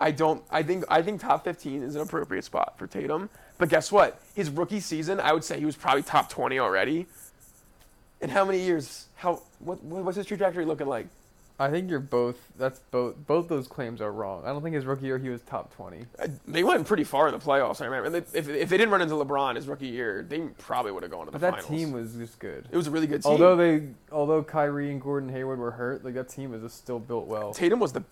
[SPEAKER 2] I don't. I think I think top 15 is an appropriate spot for Tatum. But guess what? His rookie season, I would say he was probably top 20 already. In how many years? How what what's his trajectory looking like?
[SPEAKER 3] I think you're both. That's both. Both those claims are wrong. I don't think his rookie year he was top twenty.
[SPEAKER 2] Uh, They went pretty far in the playoffs. I remember. And they, if, if they didn't run into LeBron his rookie year, they probably would have gone to the
[SPEAKER 3] But that
[SPEAKER 2] finals.
[SPEAKER 3] team was just good.
[SPEAKER 2] It was a really good team.
[SPEAKER 3] Although they, although Kyrie and Gordon Hayward were hurt, like that team was just still built well.
[SPEAKER 2] Tatum was the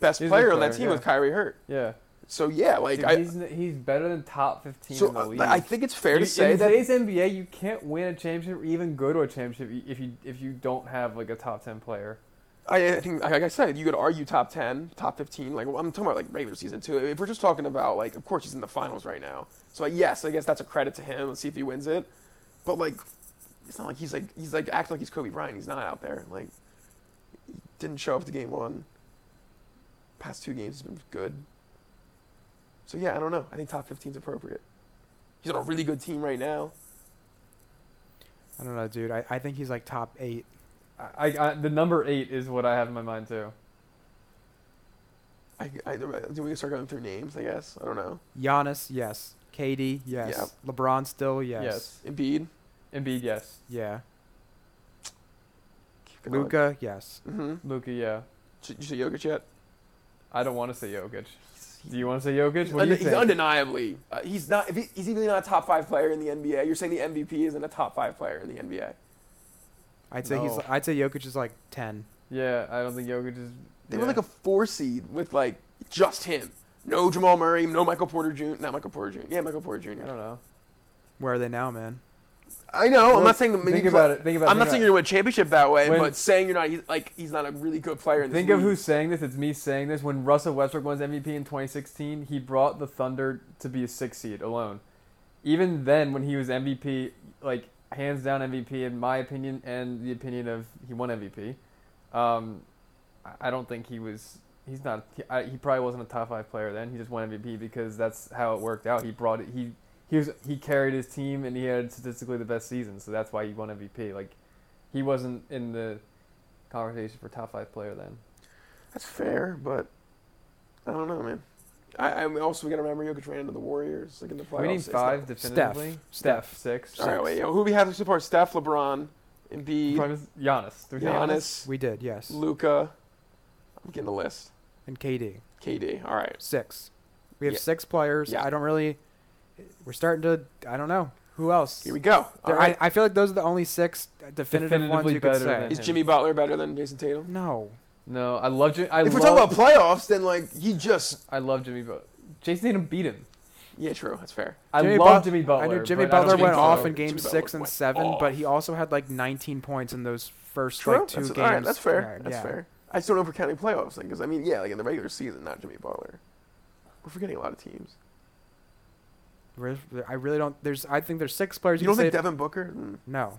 [SPEAKER 2] best
[SPEAKER 3] He's a
[SPEAKER 2] player
[SPEAKER 3] good
[SPEAKER 2] on that
[SPEAKER 3] player,
[SPEAKER 2] team
[SPEAKER 3] yeah.
[SPEAKER 2] with Kyrie hurt.
[SPEAKER 3] Yeah,
[SPEAKER 2] So yeah, like
[SPEAKER 3] Dude,
[SPEAKER 2] I,
[SPEAKER 3] he's, he's better than top fifteen
[SPEAKER 2] so
[SPEAKER 3] in the
[SPEAKER 2] uh,
[SPEAKER 3] league.
[SPEAKER 2] I think it's fair
[SPEAKER 3] You-
[SPEAKER 2] to say
[SPEAKER 3] in
[SPEAKER 2] that
[SPEAKER 3] today's NBA, you can't win a championship or even go to a championship y- if you if you don't have like a top ten player.
[SPEAKER 2] I, I think, like I said, you could argue top ten, top fifteen. Like well, I'm talking about like regular season too. If we're just talking about like, of course he's in the finals right now. So like, yes, I guess that's a credit to him. Let's see if he wins it. But like, it's not like he's like he's like acting like he's Kobe Bryant. He's not out there. Like, he didn't show up to game one. Past two games has been good. So yeah, I don't know. I think top 15 is appropriate. He's on a really good team right now.
[SPEAKER 1] I don't know, dude. I, I think he's like top eight.
[SPEAKER 3] I, I, I the number eight is what I have in my mind too.
[SPEAKER 2] I, I, do we start going through names? I guess I don't know.
[SPEAKER 1] Giannis, yes. KD, yes. LeBron, still, yes.
[SPEAKER 3] Yes.
[SPEAKER 2] Embiid,
[SPEAKER 3] Embiid, yes.
[SPEAKER 1] Yeah. Luca, yes.
[SPEAKER 2] Mm-hmm.
[SPEAKER 3] Luka, yeah.
[SPEAKER 2] Did you say Jokic yet?
[SPEAKER 3] I don't want to say Jokic. Do you want to say Jokic? What do
[SPEAKER 2] Und-
[SPEAKER 3] you
[SPEAKER 2] he's
[SPEAKER 3] think?
[SPEAKER 2] undeniably. Uh, he's not. If he, he's even not a top five player in the NBA. You're saying the MVP isn't a top five player in the NBA.
[SPEAKER 1] I'd say he's.
[SPEAKER 3] No.
[SPEAKER 1] I'd say Jokic is like ten.
[SPEAKER 3] yeah, I don't think Jokic is.
[SPEAKER 2] They
[SPEAKER 3] yeah.
[SPEAKER 2] were like a four seed with like just him. No Jamal Murray. No Michael Porter Jr. Not Michael Porter Jr. Yeah, Michael Porter Jr.
[SPEAKER 3] I don't know.
[SPEAKER 1] Where are they now, man?
[SPEAKER 2] I know. I'm
[SPEAKER 3] Look,
[SPEAKER 2] not saying that maybe.
[SPEAKER 3] think about it. Think about.
[SPEAKER 2] I'm
[SPEAKER 3] think
[SPEAKER 2] not saying you're gonna
[SPEAKER 3] about-
[SPEAKER 2] win a championship that way,
[SPEAKER 3] When-
[SPEAKER 2] but saying you're not he's, like he's not a really good player in this
[SPEAKER 3] Think of
[SPEAKER 2] league.
[SPEAKER 3] who's saying this. It's me saying this. When Russell Westbrook won his MVP in 2016, he brought the Thunder to be a six seed alone. Even then, when he was MVP, like hands down MVP in my opinion and the opinion of he won MVP. Um, I- I don't think he was. He's not. He, I, he probably wasn't a top five player then. He just won MVP because that's how it worked out. He brought it. He he was he carried his team and he had statistically the best season, so that's why he won MVP. Like he wasn't in the conversation for top five player then.
[SPEAKER 2] That's fair, but I don't know, man. I, I'm also gotta remember Jokic ran into the Warriors like in the playoffs.
[SPEAKER 3] we need
[SPEAKER 2] It's not-
[SPEAKER 3] five definitively.
[SPEAKER 1] Steph. Steph.
[SPEAKER 3] six.
[SPEAKER 2] All right, wait, yo, who we have to support? Steph, LeBron, Embiid,
[SPEAKER 3] Giannis. Giannis. Do we say
[SPEAKER 2] Giannis,
[SPEAKER 1] We did, yes.
[SPEAKER 2] Luca. I'm getting the list.
[SPEAKER 1] And KD,
[SPEAKER 2] KD. All right.
[SPEAKER 1] six. We have
[SPEAKER 2] Yeah.
[SPEAKER 1] six players.
[SPEAKER 2] Yeah.
[SPEAKER 1] I don't really. We're starting to. I don't know who else.
[SPEAKER 2] Here we go. All
[SPEAKER 1] There-
[SPEAKER 2] right.
[SPEAKER 1] I, I feel like those are the only six definitive ones
[SPEAKER 3] Definitively
[SPEAKER 1] you could
[SPEAKER 3] better
[SPEAKER 1] say.
[SPEAKER 3] than-
[SPEAKER 2] Is Jimmy Butler better than Jason Tatum?
[SPEAKER 1] No.
[SPEAKER 3] No, I love Jimmy. I
[SPEAKER 2] if
[SPEAKER 3] love,
[SPEAKER 2] we're talking about playoffs, then like he just
[SPEAKER 3] I love Jimmy Butler. Jason Tatum beat him.
[SPEAKER 2] yeah, true. That's fair.
[SPEAKER 3] I
[SPEAKER 1] Jimmy
[SPEAKER 3] love
[SPEAKER 1] But-
[SPEAKER 3] Jimmy Butler.
[SPEAKER 1] I knew Jimmy
[SPEAKER 3] but I don't
[SPEAKER 1] Butler
[SPEAKER 3] think
[SPEAKER 1] went
[SPEAKER 3] so.
[SPEAKER 1] off in
[SPEAKER 2] Jimmy
[SPEAKER 1] game
[SPEAKER 2] Butler
[SPEAKER 1] six and
[SPEAKER 2] went
[SPEAKER 1] seven,
[SPEAKER 2] off.
[SPEAKER 1] but he also had like 19 points in those first
[SPEAKER 2] True.
[SPEAKER 1] like two
[SPEAKER 2] that's,
[SPEAKER 1] games.
[SPEAKER 2] All right, that's fair.
[SPEAKER 1] Yeah,
[SPEAKER 2] That's
[SPEAKER 1] yeah.
[SPEAKER 2] fair. I just don't know if we're counting playoffs because I mean, yeah, like in the regular season, not Jimmy Butler. We're forgetting a lot of teams.
[SPEAKER 1] Re- I really don't. There's. I think there's six players.
[SPEAKER 2] You
[SPEAKER 1] You,
[SPEAKER 2] don't
[SPEAKER 1] can
[SPEAKER 2] think Hmm.
[SPEAKER 1] say-
[SPEAKER 2] Devin Booker? Mm.
[SPEAKER 1] No.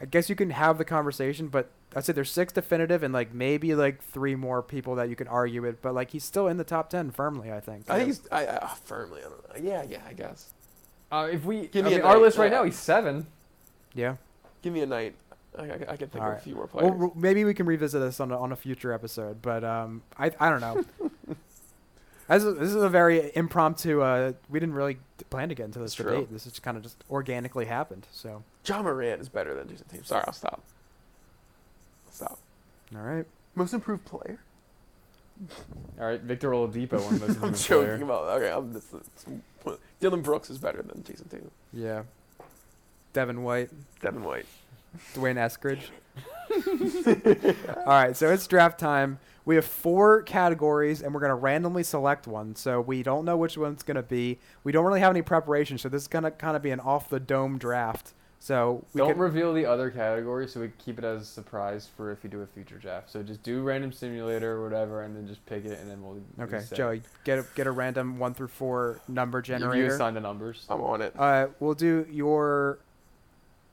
[SPEAKER 1] I guess you can have the conversation, but I'd say there's six definitive and like maybe like three more people that you can argue it. But like he's still in the top ten firmly, I think.
[SPEAKER 2] I think he's I, I firmly. I don't know. Yeah, yeah. I guess.
[SPEAKER 3] Uh, if we,
[SPEAKER 2] Give
[SPEAKER 3] I
[SPEAKER 2] me a
[SPEAKER 3] mean, our
[SPEAKER 2] night,
[SPEAKER 3] list right
[SPEAKER 2] yeah.
[SPEAKER 3] now, he's seven.
[SPEAKER 1] yeah.
[SPEAKER 2] Give me a night. I, I, I can think of
[SPEAKER 1] All
[SPEAKER 2] a
[SPEAKER 1] right.
[SPEAKER 2] few more players.
[SPEAKER 1] Well, r- maybe we can revisit this on a, on a future episode, but um, I I don't know.
[SPEAKER 2] <laughs>
[SPEAKER 1] As a- this is a very impromptu. Uh, we didn't really plan to get into this
[SPEAKER 2] It's true.
[SPEAKER 1] debate. This is kind of just organically happened. So
[SPEAKER 2] John Moran is better than Jason Tatum. Sorry, I'll stop. Stop.
[SPEAKER 1] all right,
[SPEAKER 2] Most improved player.
[SPEAKER 3] All right, Victor Oladipo <laughs> won most
[SPEAKER 2] I'm
[SPEAKER 3] improved
[SPEAKER 2] joking
[SPEAKER 3] player.
[SPEAKER 2] about. Okay, I'm, this, this- Dylan Brooks is better than Jason Tatum.
[SPEAKER 1] yeah. Devin White,
[SPEAKER 2] Devin White.
[SPEAKER 1] Dwayne Eskridge. <laughs> all right, so it's draft time. We have four categories, and we're going to randomly select one. So we don't know which one it's going to be. We don't really have any preparation, so this is going to kind of be an off the dome draft. So we
[SPEAKER 3] Don't
[SPEAKER 1] could-
[SPEAKER 3] reveal the other category so we keep it as a surprise for if you do a future draft. So just do random simulator or whatever, and then just pick it, and then we'll. we'll
[SPEAKER 1] Okay,
[SPEAKER 3] say.
[SPEAKER 1] Joey, get a, get a random one through four number
[SPEAKER 3] You
[SPEAKER 1] generator.
[SPEAKER 3] assign the numbers.
[SPEAKER 2] I'm on it.
[SPEAKER 1] Uh, we'll do your.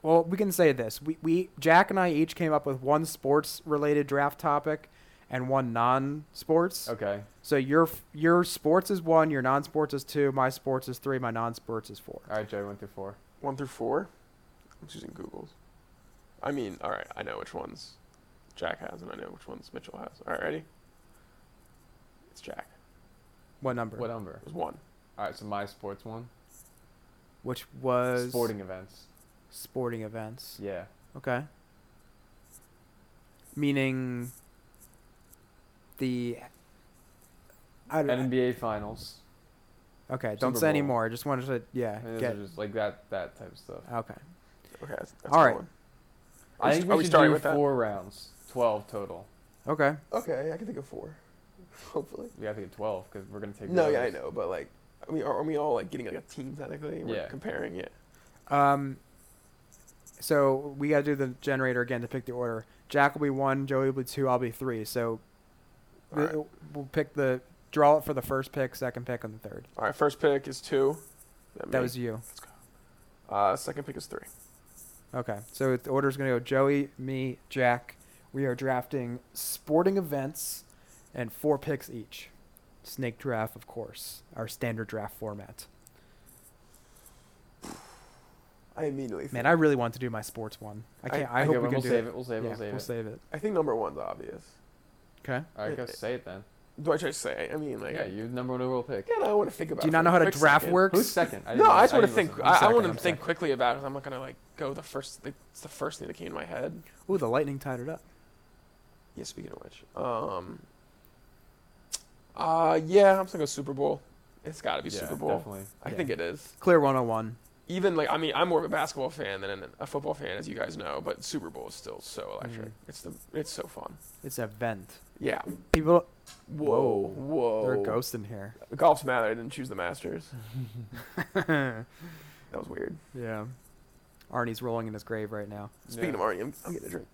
[SPEAKER 1] Well, we can say this. We, we Jack and I each came up with one sports related draft topic, and one non sports.
[SPEAKER 3] Okay.
[SPEAKER 1] So your f- your sports is one, your non sports is two, my sports is three, my non sports is four.
[SPEAKER 3] All right, Joey, one through four.
[SPEAKER 2] One through four. I'm just using Google's. I mean, all right. I know which ones Jack has, and I know which ones Mitchell has. All right, ready? It's Jack.
[SPEAKER 1] What number?
[SPEAKER 3] What number?
[SPEAKER 2] It was one.
[SPEAKER 3] All right, so my sports one.
[SPEAKER 1] Which was
[SPEAKER 3] Sporting events.
[SPEAKER 1] sporting events.
[SPEAKER 3] Yeah.
[SPEAKER 1] Okay. Meaning the. I don't,
[SPEAKER 3] NBA finals.
[SPEAKER 1] Okay, don't
[SPEAKER 3] Super
[SPEAKER 1] say any
[SPEAKER 3] Bowl.
[SPEAKER 1] more. I just wanted to, yeah,
[SPEAKER 3] And those
[SPEAKER 1] get
[SPEAKER 3] are just like that that type of stuff.
[SPEAKER 1] okay.
[SPEAKER 2] Okay. That's, that's
[SPEAKER 1] All right.
[SPEAKER 2] one. Are
[SPEAKER 3] I
[SPEAKER 2] we-
[SPEAKER 3] think
[SPEAKER 2] are we
[SPEAKER 3] we should
[SPEAKER 2] starting
[SPEAKER 3] do
[SPEAKER 2] with that?
[SPEAKER 3] four rounds, twelve total.
[SPEAKER 1] Okay,
[SPEAKER 2] Okay, I can think of four. <laughs> Hopefully.
[SPEAKER 3] We have to get twelve because we're gonna take.
[SPEAKER 2] No, yeah, I
[SPEAKER 3] rounds.
[SPEAKER 2] know, but like, I mean, are, are we all like getting like a team technically? We're
[SPEAKER 3] Yeah.
[SPEAKER 2] comparing it.
[SPEAKER 1] um, so we gotta do the generator again to pick the order. Jack will be one, Joey will be two, I'll be three. So
[SPEAKER 2] All right.
[SPEAKER 1] we'll- we'll pick the draw it for the first pick, second pick, and the third.
[SPEAKER 2] All right, first pick is two.
[SPEAKER 1] That
[SPEAKER 2] me.
[SPEAKER 1] was you.
[SPEAKER 2] Uh, second pick is three.
[SPEAKER 1] Okay, so the order's gonna go Joey, me, Jack. We are drafting sporting events, and four picks each. Snake draft, of course, our standard draft format.
[SPEAKER 2] I immediately think.
[SPEAKER 1] Man, I really want to do my sports one. I
[SPEAKER 2] I-
[SPEAKER 1] can't. I,
[SPEAKER 3] Okay,
[SPEAKER 1] hope
[SPEAKER 3] well,
[SPEAKER 1] we can
[SPEAKER 3] we'll
[SPEAKER 1] do
[SPEAKER 3] save
[SPEAKER 1] it.
[SPEAKER 3] it. We'll save it.
[SPEAKER 1] Yeah,
[SPEAKER 3] We'll save
[SPEAKER 1] we'll
[SPEAKER 3] it.
[SPEAKER 1] save it.
[SPEAKER 2] I think number one's obvious.
[SPEAKER 1] Okay.
[SPEAKER 3] All right,
[SPEAKER 2] it-
[SPEAKER 3] go
[SPEAKER 2] it-
[SPEAKER 3] say it then.
[SPEAKER 2] Do I try to say? I mean, like,
[SPEAKER 3] Yeah, you're number one overall pick.
[SPEAKER 2] yeah, no, I want to think about.
[SPEAKER 1] Do you
[SPEAKER 2] it
[SPEAKER 1] not
[SPEAKER 2] for
[SPEAKER 1] know
[SPEAKER 2] a
[SPEAKER 1] how to
[SPEAKER 2] quick
[SPEAKER 1] draft
[SPEAKER 2] second.
[SPEAKER 1] work?
[SPEAKER 3] Who's second?
[SPEAKER 2] No, I just
[SPEAKER 3] didn't
[SPEAKER 2] want to
[SPEAKER 3] listen.
[SPEAKER 2] think.
[SPEAKER 1] I'm
[SPEAKER 2] I, I
[SPEAKER 1] second,
[SPEAKER 2] want to
[SPEAKER 1] I'm
[SPEAKER 2] think
[SPEAKER 1] second.
[SPEAKER 2] quickly about it. 'cause I'm not gonna like go the first. Like, it's the first thing that came to my head.
[SPEAKER 1] Ooh, the lightning tied it up.
[SPEAKER 2] Yeah, speaking of which, um, uh, yeah, I'm still go Super Bowl. It's got to be
[SPEAKER 3] Yeah,
[SPEAKER 2] Super Bowl.
[SPEAKER 3] Definitely.
[SPEAKER 2] I
[SPEAKER 1] Yeah.
[SPEAKER 2] think it is.
[SPEAKER 1] Clear 101.
[SPEAKER 2] Even like, I mean, I'm more of a basketball fan than an- a football fan, as you guys know. But Super Bowl is still so electric.
[SPEAKER 3] Mhm.
[SPEAKER 1] Mm-hmm.
[SPEAKER 2] It's the it's so fun.
[SPEAKER 1] It's a vent.
[SPEAKER 2] Yeah.
[SPEAKER 1] People,
[SPEAKER 2] Whoa.
[SPEAKER 1] Whoa.
[SPEAKER 2] Whoa.
[SPEAKER 1] there are ghosts in here. <laughs>
[SPEAKER 2] Golf's mad that I didn't choose
[SPEAKER 1] <sighs>
[SPEAKER 2] the Masters.
[SPEAKER 1] yeah.
[SPEAKER 2] That was weird.
[SPEAKER 1] Arnie's rolling in his grave right now.
[SPEAKER 2] Speaking
[SPEAKER 3] Yeah.
[SPEAKER 2] of Arnie, I'm, I'm getting a drink.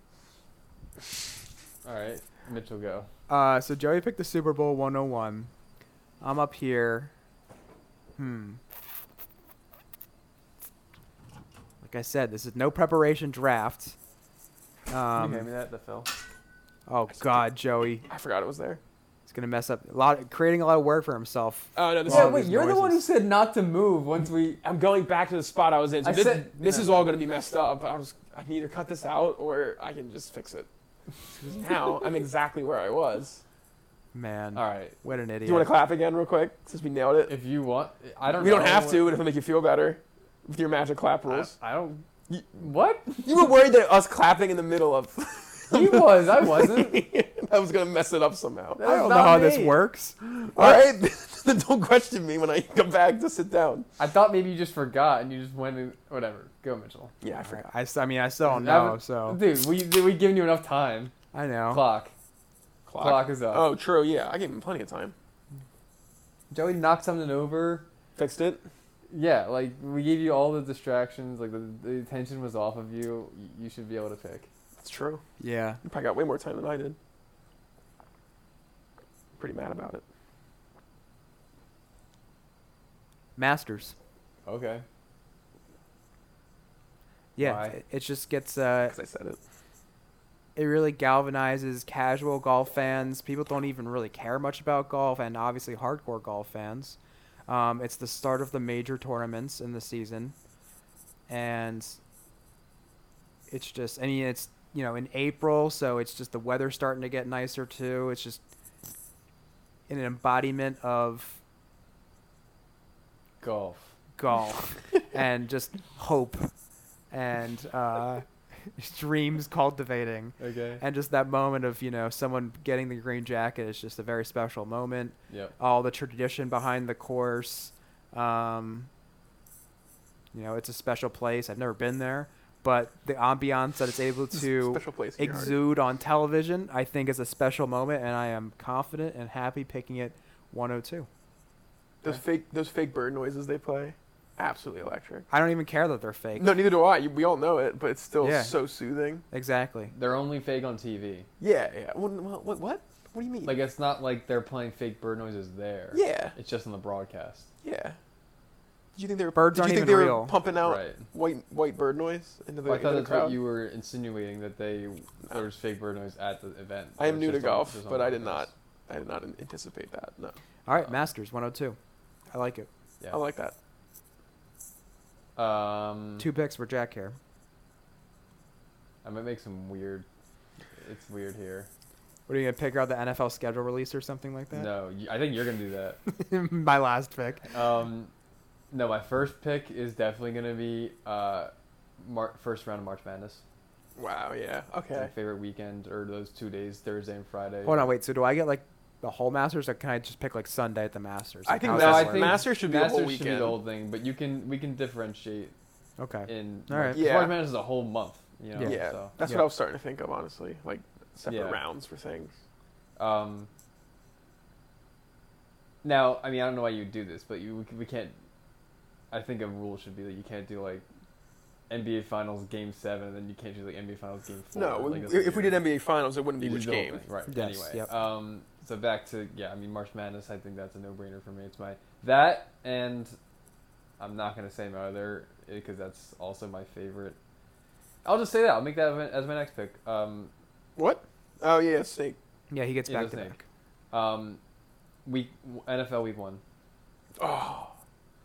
[SPEAKER 3] All right, Mitchell, go.
[SPEAKER 1] Uh, so Joey picked the Super Bowl 101. I'm up here. Hmm. Like I said, this is no preparation draft.
[SPEAKER 3] Um,
[SPEAKER 1] Um,
[SPEAKER 3] me that, the Phil.
[SPEAKER 1] oh God, Joey,
[SPEAKER 2] I forgot it was there.
[SPEAKER 1] he's gonna mess up a lot, creating a lot of work for himself.
[SPEAKER 2] Oh no, this
[SPEAKER 1] Yeah,
[SPEAKER 2] is.
[SPEAKER 1] wait, you're the one who
[SPEAKER 3] said not to move once we.
[SPEAKER 2] I'm going back to the spot I was in. So
[SPEAKER 3] I
[SPEAKER 2] this
[SPEAKER 3] said-
[SPEAKER 2] this
[SPEAKER 3] no.
[SPEAKER 2] is all going to be messed up. I was I can either cut this out or I can just fix it. 'Cause now I'm exactly where I was.
[SPEAKER 1] Man,
[SPEAKER 3] <laughs> All right,
[SPEAKER 1] what an idiot.
[SPEAKER 2] Do you want to clap again, real quick, since we nailed it?
[SPEAKER 3] if you want, I don't.
[SPEAKER 2] we don't
[SPEAKER 3] know
[SPEAKER 2] have
[SPEAKER 3] what-
[SPEAKER 2] to, but if it make you feel better with your magic clap
[SPEAKER 3] <laughs>
[SPEAKER 2] rules.
[SPEAKER 3] I, I don't.
[SPEAKER 2] You-
[SPEAKER 3] <laughs> What?
[SPEAKER 2] you were worried that us clapping in the middle of
[SPEAKER 3] <laughs> He was. I wasn't.
[SPEAKER 2] <laughs> I was going to mess it up somehow.
[SPEAKER 3] That
[SPEAKER 1] I
[SPEAKER 3] was
[SPEAKER 1] don't know
[SPEAKER 3] not
[SPEAKER 1] how this
[SPEAKER 3] me.
[SPEAKER 1] works.
[SPEAKER 2] All right, <laughs> then don't question me when I come back to sit down.
[SPEAKER 3] I thought maybe you just forgot and you just went and whatever. Go, Mitchell.
[SPEAKER 2] Yeah, I forgot.
[SPEAKER 1] Alright, I, s- I mean, I still
[SPEAKER 2] Oh,
[SPEAKER 1] don't
[SPEAKER 3] That
[SPEAKER 1] know,
[SPEAKER 3] was-
[SPEAKER 1] so
[SPEAKER 3] Dude, we we given you enough time.
[SPEAKER 1] I know.
[SPEAKER 3] Clock. Clock. is up.
[SPEAKER 2] Oh, true. Yeah, I gave him plenty of time.
[SPEAKER 3] Joey knocked something over.
[SPEAKER 2] Fixed it.
[SPEAKER 3] Yeah, like we gave you all the distractions. Like the, the attention was off of you. Y- You should be able to pick.
[SPEAKER 2] That's true.
[SPEAKER 1] Yeah.
[SPEAKER 2] You probably got way more time than I did. Pretty mad about it.
[SPEAKER 1] Masters.
[SPEAKER 3] Okay.
[SPEAKER 1] Yeah,
[SPEAKER 3] Why?
[SPEAKER 1] it, it just gets uh,
[SPEAKER 2] because I said it.
[SPEAKER 1] it really galvanizes casual golf fans. People don't even really care much about golf, and obviously hardcore golf fans. Um, it's the start of the major tournaments in the season, and it's just I mean it's you know in April, so it's just the weather starting to get nicer too. It's just an embodiment of
[SPEAKER 3] Golf.
[SPEAKER 1] golf and just hope and uh, <laughs> dreams cultivating.
[SPEAKER 3] Okay.
[SPEAKER 1] And just that moment of, you know, someone getting the green jacket is just a very special moment.
[SPEAKER 3] Yep.
[SPEAKER 1] All the tradition behind the course. Um, you know, it's a special place. I've never been there, but the ambiance that it's able to
[SPEAKER 2] special place in your heart.
[SPEAKER 1] exude on television, I think, is a special moment, and I am confident and happy picking it 102.
[SPEAKER 2] Those fake those fake bird noises they play, absolutely electric.
[SPEAKER 1] I don't even care that they're fake.
[SPEAKER 2] No, neither do I. You- We all know it, but it's still
[SPEAKER 1] Yeah.
[SPEAKER 2] so soothing.
[SPEAKER 1] Exactly.
[SPEAKER 3] They're only fake on TV.
[SPEAKER 2] Yeah, yeah. Well, n- well, what? What? What do you mean?
[SPEAKER 3] Like it's not like they're playing fake bird noises there.
[SPEAKER 2] yeah,
[SPEAKER 3] It's just on the broadcast.
[SPEAKER 2] yeah. Did you think they were
[SPEAKER 1] Birds
[SPEAKER 2] Did
[SPEAKER 1] aren't
[SPEAKER 2] you think
[SPEAKER 1] even
[SPEAKER 2] they
[SPEAKER 1] real.
[SPEAKER 2] were pumping out
[SPEAKER 3] right.
[SPEAKER 2] white white bird noise into the,
[SPEAKER 3] Well, I thought
[SPEAKER 2] into the
[SPEAKER 3] that's what
[SPEAKER 2] crowd?
[SPEAKER 3] you were insinuating that they there was fake bird noise at the event.
[SPEAKER 2] I am
[SPEAKER 3] It was
[SPEAKER 2] new to
[SPEAKER 3] just on-
[SPEAKER 2] golf,
[SPEAKER 3] just on
[SPEAKER 2] but
[SPEAKER 3] the
[SPEAKER 2] I did
[SPEAKER 3] broadcast.
[SPEAKER 2] I did not anticipate that. No,
[SPEAKER 1] All
[SPEAKER 3] Uh,
[SPEAKER 1] right, Masters 102. I like it.
[SPEAKER 2] I like that.
[SPEAKER 3] Yeah. Um,
[SPEAKER 1] Two picks for Jack here.
[SPEAKER 3] I might make some weird. It's weird here.
[SPEAKER 1] What are you gonna pick out the NFL schedule release or something like that?
[SPEAKER 3] No, you, I think you're gonna do
[SPEAKER 1] <laughs>
[SPEAKER 3] that.
[SPEAKER 1] My last pick.
[SPEAKER 3] Um, no, my first pick is definitely gonna be uh, Mar- first round of March Madness.
[SPEAKER 2] Wow. Yeah.
[SPEAKER 3] It's my
[SPEAKER 2] Okay.
[SPEAKER 3] favorite weekend or those two days, Thursday and Friday.
[SPEAKER 1] Hold on, wait. So do I get like the whole Masters, or can I just pick like Sunday at the Masters?
[SPEAKER 2] I
[SPEAKER 1] Like,
[SPEAKER 2] think
[SPEAKER 1] how does that
[SPEAKER 3] No, I
[SPEAKER 2] Masters-
[SPEAKER 1] work?
[SPEAKER 3] think
[SPEAKER 2] Masters should be a
[SPEAKER 3] Masters
[SPEAKER 2] whole
[SPEAKER 3] should be the
[SPEAKER 2] weekend.
[SPEAKER 3] whole thing, but you can we can differentiate
[SPEAKER 1] okay.
[SPEAKER 3] in
[SPEAKER 1] All right.
[SPEAKER 3] March-
[SPEAKER 2] Yeah.
[SPEAKER 3] March Madness is a whole month. You know,
[SPEAKER 2] Yeah.
[SPEAKER 3] Oh, So,
[SPEAKER 2] That's
[SPEAKER 1] Yeah.
[SPEAKER 2] what I was starting to think of, honestly. Like separate
[SPEAKER 3] Yeah.
[SPEAKER 2] rounds for things.
[SPEAKER 3] Um, now, I mean, I don't know why you would do this, but you we c- we can't. I think a rule should be that you can't do like NBA Finals Game Seven, and then you can't do like NBA Finals Game Four.
[SPEAKER 2] No,
[SPEAKER 3] like, that's
[SPEAKER 2] if if we did
[SPEAKER 3] weird.
[SPEAKER 2] NBA Finals, it wouldn't be
[SPEAKER 3] You
[SPEAKER 2] which
[SPEAKER 3] do the whole
[SPEAKER 2] game.
[SPEAKER 3] thing, right?
[SPEAKER 1] Yes,
[SPEAKER 3] anyway,
[SPEAKER 1] yep.
[SPEAKER 3] um, so back to yeah, I mean March Madness. I think that's a no-brainer for me. It's my that, and I'm not gonna say my other because that's also my favorite. I'll just say that. I'll make that as my next pick. Um,
[SPEAKER 2] What? Oh yeah, Snake.
[SPEAKER 1] Yeah, he gets
[SPEAKER 3] Yeah,
[SPEAKER 1] back to
[SPEAKER 3] the snake.
[SPEAKER 1] back.
[SPEAKER 3] um, week NFL Week One.
[SPEAKER 2] Oh,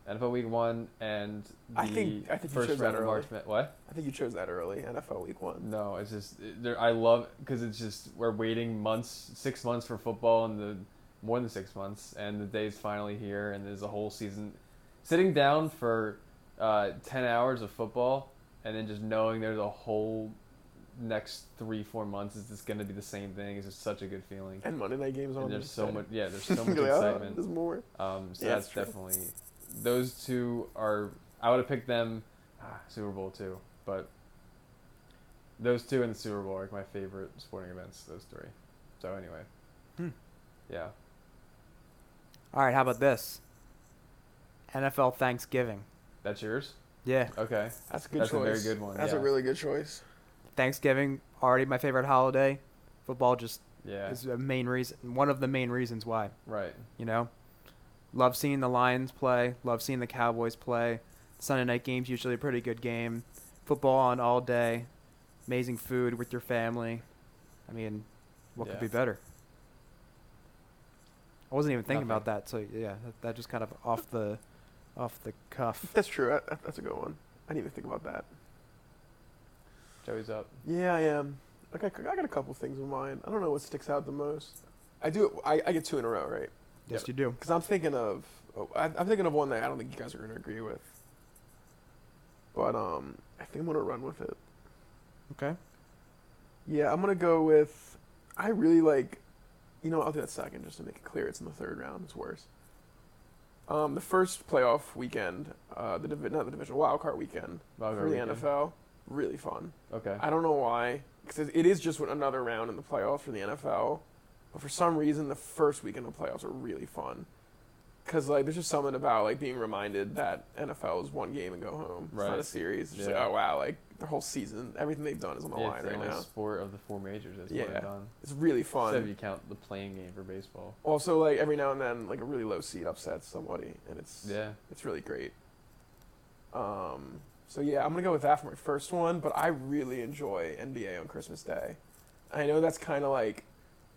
[SPEAKER 3] NFL Week One and the
[SPEAKER 2] I think- I think you
[SPEAKER 3] first
[SPEAKER 2] chose that
[SPEAKER 3] round of
[SPEAKER 2] early.
[SPEAKER 3] March. Ma- What?
[SPEAKER 2] I think you chose that early. NFL Week One.
[SPEAKER 3] No, it's just it- there. I love because it's just we're waiting months, six months for football, and the more than six months, and the day's finally here, and there's a whole season. Sitting down for uh, ten hours of football, and then just knowing there's a whole next three, four months is just going to be the same thing. It's just such a good feeling.
[SPEAKER 2] And Monday Night Games on.
[SPEAKER 3] And there's so
[SPEAKER 2] Thursday.
[SPEAKER 3] much, yeah. There's so
[SPEAKER 2] <laughs>
[SPEAKER 3] much
[SPEAKER 2] You're like, "Oh,
[SPEAKER 3] excitement.
[SPEAKER 2] There's more.
[SPEAKER 3] Um, so
[SPEAKER 2] Yeah,
[SPEAKER 3] that's
[SPEAKER 2] it's true.
[SPEAKER 3] definitely those two are. I would have picked them ah, Super Bowl too, but those two and the Super Bowl are like my favorite sporting events. Those three. So anyway,
[SPEAKER 1] Hmm.
[SPEAKER 3] yeah.
[SPEAKER 1] All right. How about this? NFL Thanksgiving.
[SPEAKER 3] That's yours.
[SPEAKER 1] Yeah,
[SPEAKER 3] Okay,
[SPEAKER 2] That's a good
[SPEAKER 3] that's
[SPEAKER 2] choice.
[SPEAKER 3] a very good one.
[SPEAKER 2] That's
[SPEAKER 3] yeah.
[SPEAKER 2] a really good choice.
[SPEAKER 1] Thanksgiving already my favorite holiday. Football just
[SPEAKER 3] yeah.
[SPEAKER 1] is a main reason, one of the main reasons why.
[SPEAKER 3] Right.
[SPEAKER 1] You know, love seeing the Lions play. Love seeing the Cowboys play. Sunday night game's usually a pretty good game. Football on all day. Amazing food with your family. I mean, what could
[SPEAKER 3] Yeah.
[SPEAKER 1] be better? I wasn't even thinking
[SPEAKER 3] Nothing.
[SPEAKER 1] about that. So yeah, that, that just kind of off the, off the
[SPEAKER 2] <laughs>
[SPEAKER 1] cuff.
[SPEAKER 2] That's true. I, I- that's a good one. I didn't even think about that.
[SPEAKER 3] Joey's up.
[SPEAKER 2] Yeah, I am. Like I, I got a couple things in mind. I don't know what sticks out the most. I do. I, I get two in a row, right?
[SPEAKER 1] Yes,
[SPEAKER 3] Yep.
[SPEAKER 1] you do.
[SPEAKER 2] Because I'm thinking of, oh, I- I'm thinking of one that I don't think you guys are going to agree with. But um, I think I'm going to run with it.
[SPEAKER 1] Okay.
[SPEAKER 2] Yeah, I'm going to go with. I really like. You know, I'll do that second just to make it clear. It's in the third round. It's worse. Um, the first playoff weekend, uh, the divi- not the division wild card weekend
[SPEAKER 3] Wild
[SPEAKER 2] for
[SPEAKER 3] card
[SPEAKER 2] the
[SPEAKER 3] weekend.
[SPEAKER 2] NFL, really fun.
[SPEAKER 3] Okay.
[SPEAKER 2] I don't know why, because it is just another round in the playoffs for the NFL. But for some reason, the first weekend of the playoffs are really fun, because like there's just something about like being reminded that NFL is one game and go home. It's
[SPEAKER 3] Right.
[SPEAKER 2] not a series. It's just
[SPEAKER 3] Yeah.
[SPEAKER 2] like oh wow, like their whole season, everything they've done is on the
[SPEAKER 3] Yeah,
[SPEAKER 2] line
[SPEAKER 3] it's the
[SPEAKER 2] right
[SPEAKER 3] only
[SPEAKER 2] now.
[SPEAKER 3] sport of the four majors that's
[SPEAKER 2] Yeah.
[SPEAKER 3] yeah. done.
[SPEAKER 2] It's really fun.
[SPEAKER 3] Except if you count the playing game for baseball.
[SPEAKER 2] Also, like every now and then, like a really low seed upsets somebody, and it's
[SPEAKER 3] Yeah.
[SPEAKER 2] it's really great. Um, So yeah, I'm gonna go with that for my first one. But I really enjoy NBA on Christmas Day. I know that's kind of like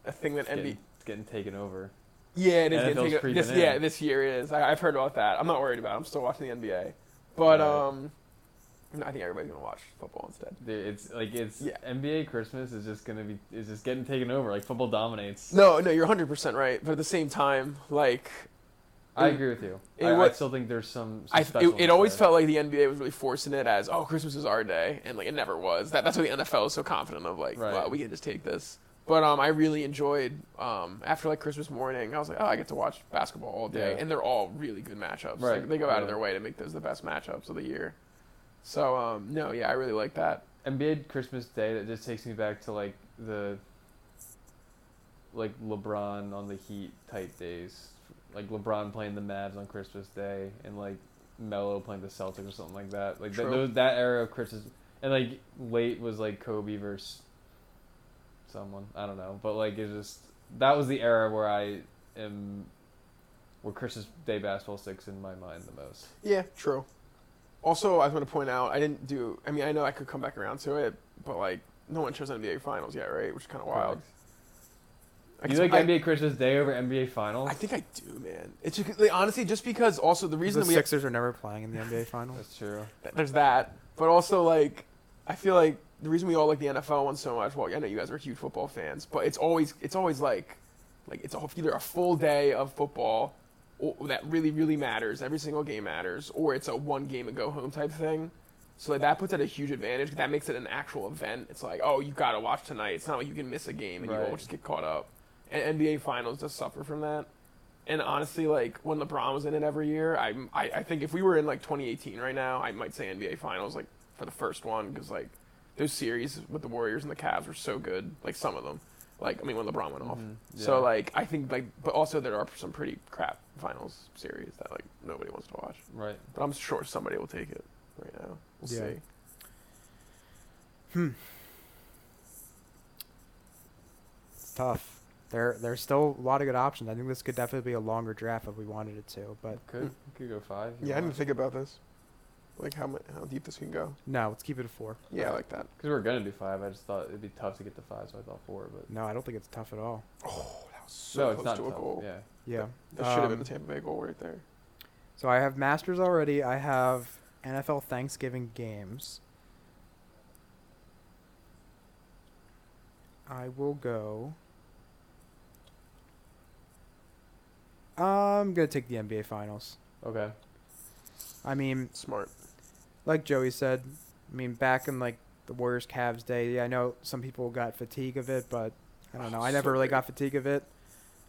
[SPEAKER 2] a thing that
[SPEAKER 3] It's getting,
[SPEAKER 2] NBA.
[SPEAKER 3] it's getting taken over.
[SPEAKER 2] Yeah, it is.
[SPEAKER 3] NFL's
[SPEAKER 2] getting taken-
[SPEAKER 3] creeping
[SPEAKER 2] This, yeah,
[SPEAKER 3] in.
[SPEAKER 2] this year is. I, I've heard about that. I'm not worried about. it. I'm still watching the NBA. But
[SPEAKER 3] Right.
[SPEAKER 2] um, I think everybody's gonna watch football instead.
[SPEAKER 3] Dude, it's like it's
[SPEAKER 2] Yeah.
[SPEAKER 3] NBA Christmas is just gonna be is just getting taken over. Like football dominates.
[SPEAKER 2] No, no, you're 100 percent right. But at the same time, like
[SPEAKER 3] I
[SPEAKER 2] it-
[SPEAKER 3] agree with you.
[SPEAKER 2] it
[SPEAKER 3] I, I
[SPEAKER 2] wa-
[SPEAKER 3] still think there's some. some
[SPEAKER 2] I, it,
[SPEAKER 3] specialness
[SPEAKER 2] it always
[SPEAKER 3] there.
[SPEAKER 2] felt like the NBA was really forcing it as, oh, Christmas is our day, and like it never was. That that's what the NFL is so confident of, like,
[SPEAKER 3] Right.
[SPEAKER 2] wow, we can just take this. But um, I really enjoyed um after like Christmas morning, I was like, oh, I get to watch basketball all day,
[SPEAKER 3] Yeah.
[SPEAKER 2] and they're all really good matchups.
[SPEAKER 3] Right.
[SPEAKER 2] Like, they go out of
[SPEAKER 3] Yeah.
[SPEAKER 2] their way to make those the best matchups of the year. So um, no, yeah, I really like that.
[SPEAKER 3] NBA Christmas Day that just takes me back to like the like LeBron on the Heat type days, like LeBron playing the Mavs on Christmas Day, and like Melo playing the Celtics or something like that. Like that,
[SPEAKER 2] True.
[SPEAKER 3] those, that era of Christmas, and like late was like Kobe versus someone I don't know, but like it just that was the era where I am where Christmas Day basketball sticks in my mind the most.
[SPEAKER 2] Yeah, true. Also, I was going to point out, I didn't do. I mean, I know I could come back around to it, but like, no one chose NBA Finals yet, right? Which is kind of wild. I
[SPEAKER 3] You
[SPEAKER 2] guess
[SPEAKER 3] like
[SPEAKER 2] I-
[SPEAKER 3] NBA Christmas Day over NBA Finals?
[SPEAKER 2] I think I do, man. It's just, like, honestly just because also the reason
[SPEAKER 1] the
[SPEAKER 2] that we
[SPEAKER 1] Sixers are never playing in the <laughs> NBA Finals.
[SPEAKER 3] That's true.
[SPEAKER 2] there's that, but also like I feel like the reason we all like the NFL one so much. Well, I know you guys are huge football fans, but it's always it's always like like it's all- either a full day of football or, that really really matters. Every single game matters, or it's a one game and go home type thing. So like, that puts at a huge advantage. That makes it an actual event. It's like oh you gotta watch tonight. It's not like you can miss a game and you
[SPEAKER 3] Right.
[SPEAKER 2] won't just get caught up. And NBA Finals does suffer from that. And honestly, like when LeBron was in it every year, I, I I think if we were in like 2018 right now, I might say NBA Finals like for the first one because like those series with the Warriors and the Cavs were so good. Like some of them, like I mean when LeBron went off.
[SPEAKER 3] Mhm, yeah.
[SPEAKER 2] So like I think like but also there are some pretty crap Finals series that like nobody wants to watch.
[SPEAKER 3] Right.
[SPEAKER 2] But I'm sure somebody will take it right now. We'll
[SPEAKER 1] Yeah.
[SPEAKER 2] see.
[SPEAKER 1] It's tough. There, there's still a lot of good options. I think this could definitely be a longer draft if we wanted it to, but
[SPEAKER 3] Could could go five.
[SPEAKER 2] mm. Yeah, I didn't think about this. Like how mu- how deep this can go.
[SPEAKER 1] no, let's keep it a four.
[SPEAKER 2] Yeah, I like that.
[SPEAKER 3] Because we were gonna do five. I just thought it'd be tough to get to five, so I thought four. But
[SPEAKER 1] No, I don't think it's tough at all.
[SPEAKER 2] Oh, that was Mm. so
[SPEAKER 3] no,
[SPEAKER 2] close
[SPEAKER 3] it's not
[SPEAKER 2] to
[SPEAKER 3] tough.
[SPEAKER 2] a goal.
[SPEAKER 3] Yeah.
[SPEAKER 1] Yeah.
[SPEAKER 2] That should have
[SPEAKER 1] Um,
[SPEAKER 2] been the Tampa Bay goal right there.
[SPEAKER 1] So I have Masters already. I have NFL Thanksgiving games. I will go. I'm going to take the NBA Finals.
[SPEAKER 3] Okay.
[SPEAKER 1] I mean,
[SPEAKER 2] Smart.
[SPEAKER 1] like Joey said, I mean, back in like the Warriors Cavs day, yeah, I know some people got fatigue of it, but I don't know. I
[SPEAKER 2] So
[SPEAKER 1] never really
[SPEAKER 2] good.
[SPEAKER 1] got fatigue of it.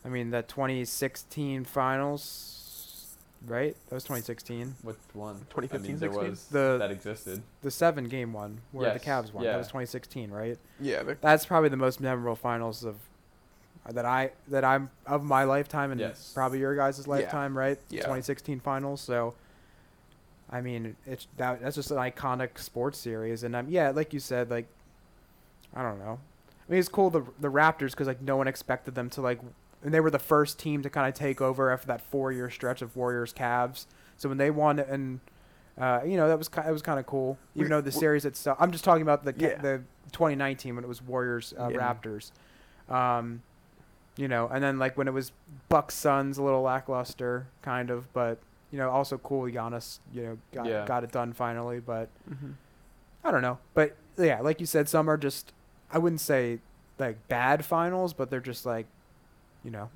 [SPEAKER 1] I mean, that 2016 finals, right? That was 2016.
[SPEAKER 3] What one?
[SPEAKER 2] 2015,
[SPEAKER 3] I mean, there
[SPEAKER 2] 16?
[SPEAKER 3] was
[SPEAKER 1] The-
[SPEAKER 3] that existed.
[SPEAKER 1] The seven game one where the
[SPEAKER 3] Yes,
[SPEAKER 1] Cavs won.
[SPEAKER 3] yeah.
[SPEAKER 1] That was 2016, right?
[SPEAKER 2] Yeah, the
[SPEAKER 1] That's probably the most memorable finals of uh, that I that I'm of my lifetime and
[SPEAKER 3] Yes.
[SPEAKER 1] probably your guys' lifetime, right?
[SPEAKER 2] Yeah.
[SPEAKER 1] 2016 finals. So, I mean, it's that that's just an iconic sports series, and um, yeah, like you said, like I don't know. I mean, it's cool the the Raptors because like no one expected them to like, and they were the first team to kind of take over after that four year stretch of Warriors Cavs. So when they won and. Uh, you know that was ki- that was kind of cool, even
[SPEAKER 2] We-
[SPEAKER 1] though the
[SPEAKER 2] we-
[SPEAKER 1] series itself. I'm just talking about the ca-
[SPEAKER 2] Yeah.
[SPEAKER 1] the 2019 when it was Warriors uh,
[SPEAKER 2] Yeah.
[SPEAKER 1] Raptors, um, you know, and then like when it was Bucks Suns, a little lackluster kind of, but you know also cool. Giannis, you know, got
[SPEAKER 3] Yeah.
[SPEAKER 1] got it done finally, but
[SPEAKER 2] Mm-hmm.
[SPEAKER 1] I don't know. But yeah, like you said, some are just I wouldn't say like bad finals, but they're just like, you know,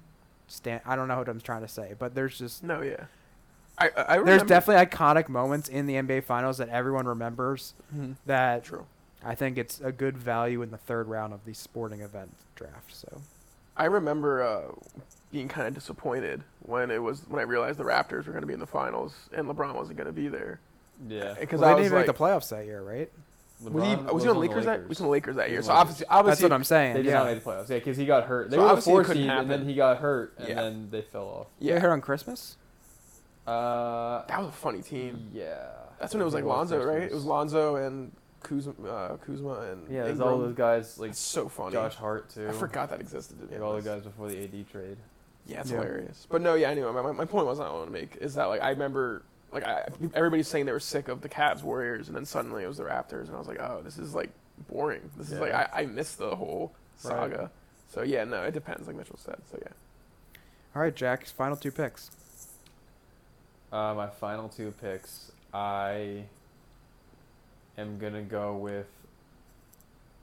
[SPEAKER 1] stand. I don't know what I'm trying to say, but there's just
[SPEAKER 2] No, yeah. I, I I remember.
[SPEAKER 1] there's definitely iconic moments in the NBA finals that everyone remembers.
[SPEAKER 2] Mhm.
[SPEAKER 1] That
[SPEAKER 2] true.
[SPEAKER 1] I think it's a good value in the third round of the sporting event draft. So
[SPEAKER 2] I remember uh, being kind of disappointed when it was when I realized the Raptors were going to be in the finals and LeBron wasn't going to be there
[SPEAKER 3] Yeah.
[SPEAKER 2] because
[SPEAKER 1] Well,
[SPEAKER 2] I
[SPEAKER 1] they
[SPEAKER 2] was
[SPEAKER 1] didn't
[SPEAKER 2] like,
[SPEAKER 1] even make the playoffs that year, right?
[SPEAKER 2] was he
[SPEAKER 3] LeBron
[SPEAKER 2] was he on
[SPEAKER 3] the
[SPEAKER 2] Lakers, that he was on the Lakers that
[SPEAKER 3] He
[SPEAKER 2] year?
[SPEAKER 3] was
[SPEAKER 2] So
[SPEAKER 3] on
[SPEAKER 2] obviously, obviously,
[SPEAKER 1] That's what I'm
[SPEAKER 3] They
[SPEAKER 1] saying.
[SPEAKER 3] did
[SPEAKER 1] Yeah,
[SPEAKER 3] not make the playoffs. Yeah, because he got hurt. They
[SPEAKER 2] So
[SPEAKER 3] were the
[SPEAKER 2] obviously it
[SPEAKER 3] four
[SPEAKER 2] couldn't
[SPEAKER 3] seed, and then
[SPEAKER 2] happen.
[SPEAKER 3] he got hurt, and
[SPEAKER 2] Yeah.
[SPEAKER 3] then they fell
[SPEAKER 1] they
[SPEAKER 2] Yeah,
[SPEAKER 1] hurt on Christmas.
[SPEAKER 3] off. Uh,
[SPEAKER 2] that was a funny team.
[SPEAKER 3] yeah.
[SPEAKER 2] That's when it was like
[SPEAKER 3] Everyone
[SPEAKER 2] Lonzo,
[SPEAKER 3] Christmas.
[SPEAKER 2] right? It was Lonzo and Kuzma, uh, Kuzma and
[SPEAKER 3] Yeah, there's
[SPEAKER 2] Ingram.
[SPEAKER 3] all those guys like
[SPEAKER 2] That's so funny.
[SPEAKER 3] Josh Hart too.
[SPEAKER 2] I forgot that existed. To be
[SPEAKER 3] Like all the
[SPEAKER 2] honest.
[SPEAKER 3] guys before the AD trade.
[SPEAKER 2] Yeah, it's
[SPEAKER 1] Yeah.
[SPEAKER 2] hilarious. But no, yeah, anyway, my, my point was I want to make is that like I remember like I, everybody's saying they were sick of the Cavs Warriors, and then suddenly it was the Raptors, and I was like, oh, this is like boring. This is like
[SPEAKER 3] Yeah.
[SPEAKER 2] I, I miss the whole
[SPEAKER 3] Right.
[SPEAKER 2] saga. So yeah, no, it depends, like Mitchell said. So yeah,
[SPEAKER 1] All right, Jack. Final two picks.
[SPEAKER 3] Uh, my final two picks. I am gonna go with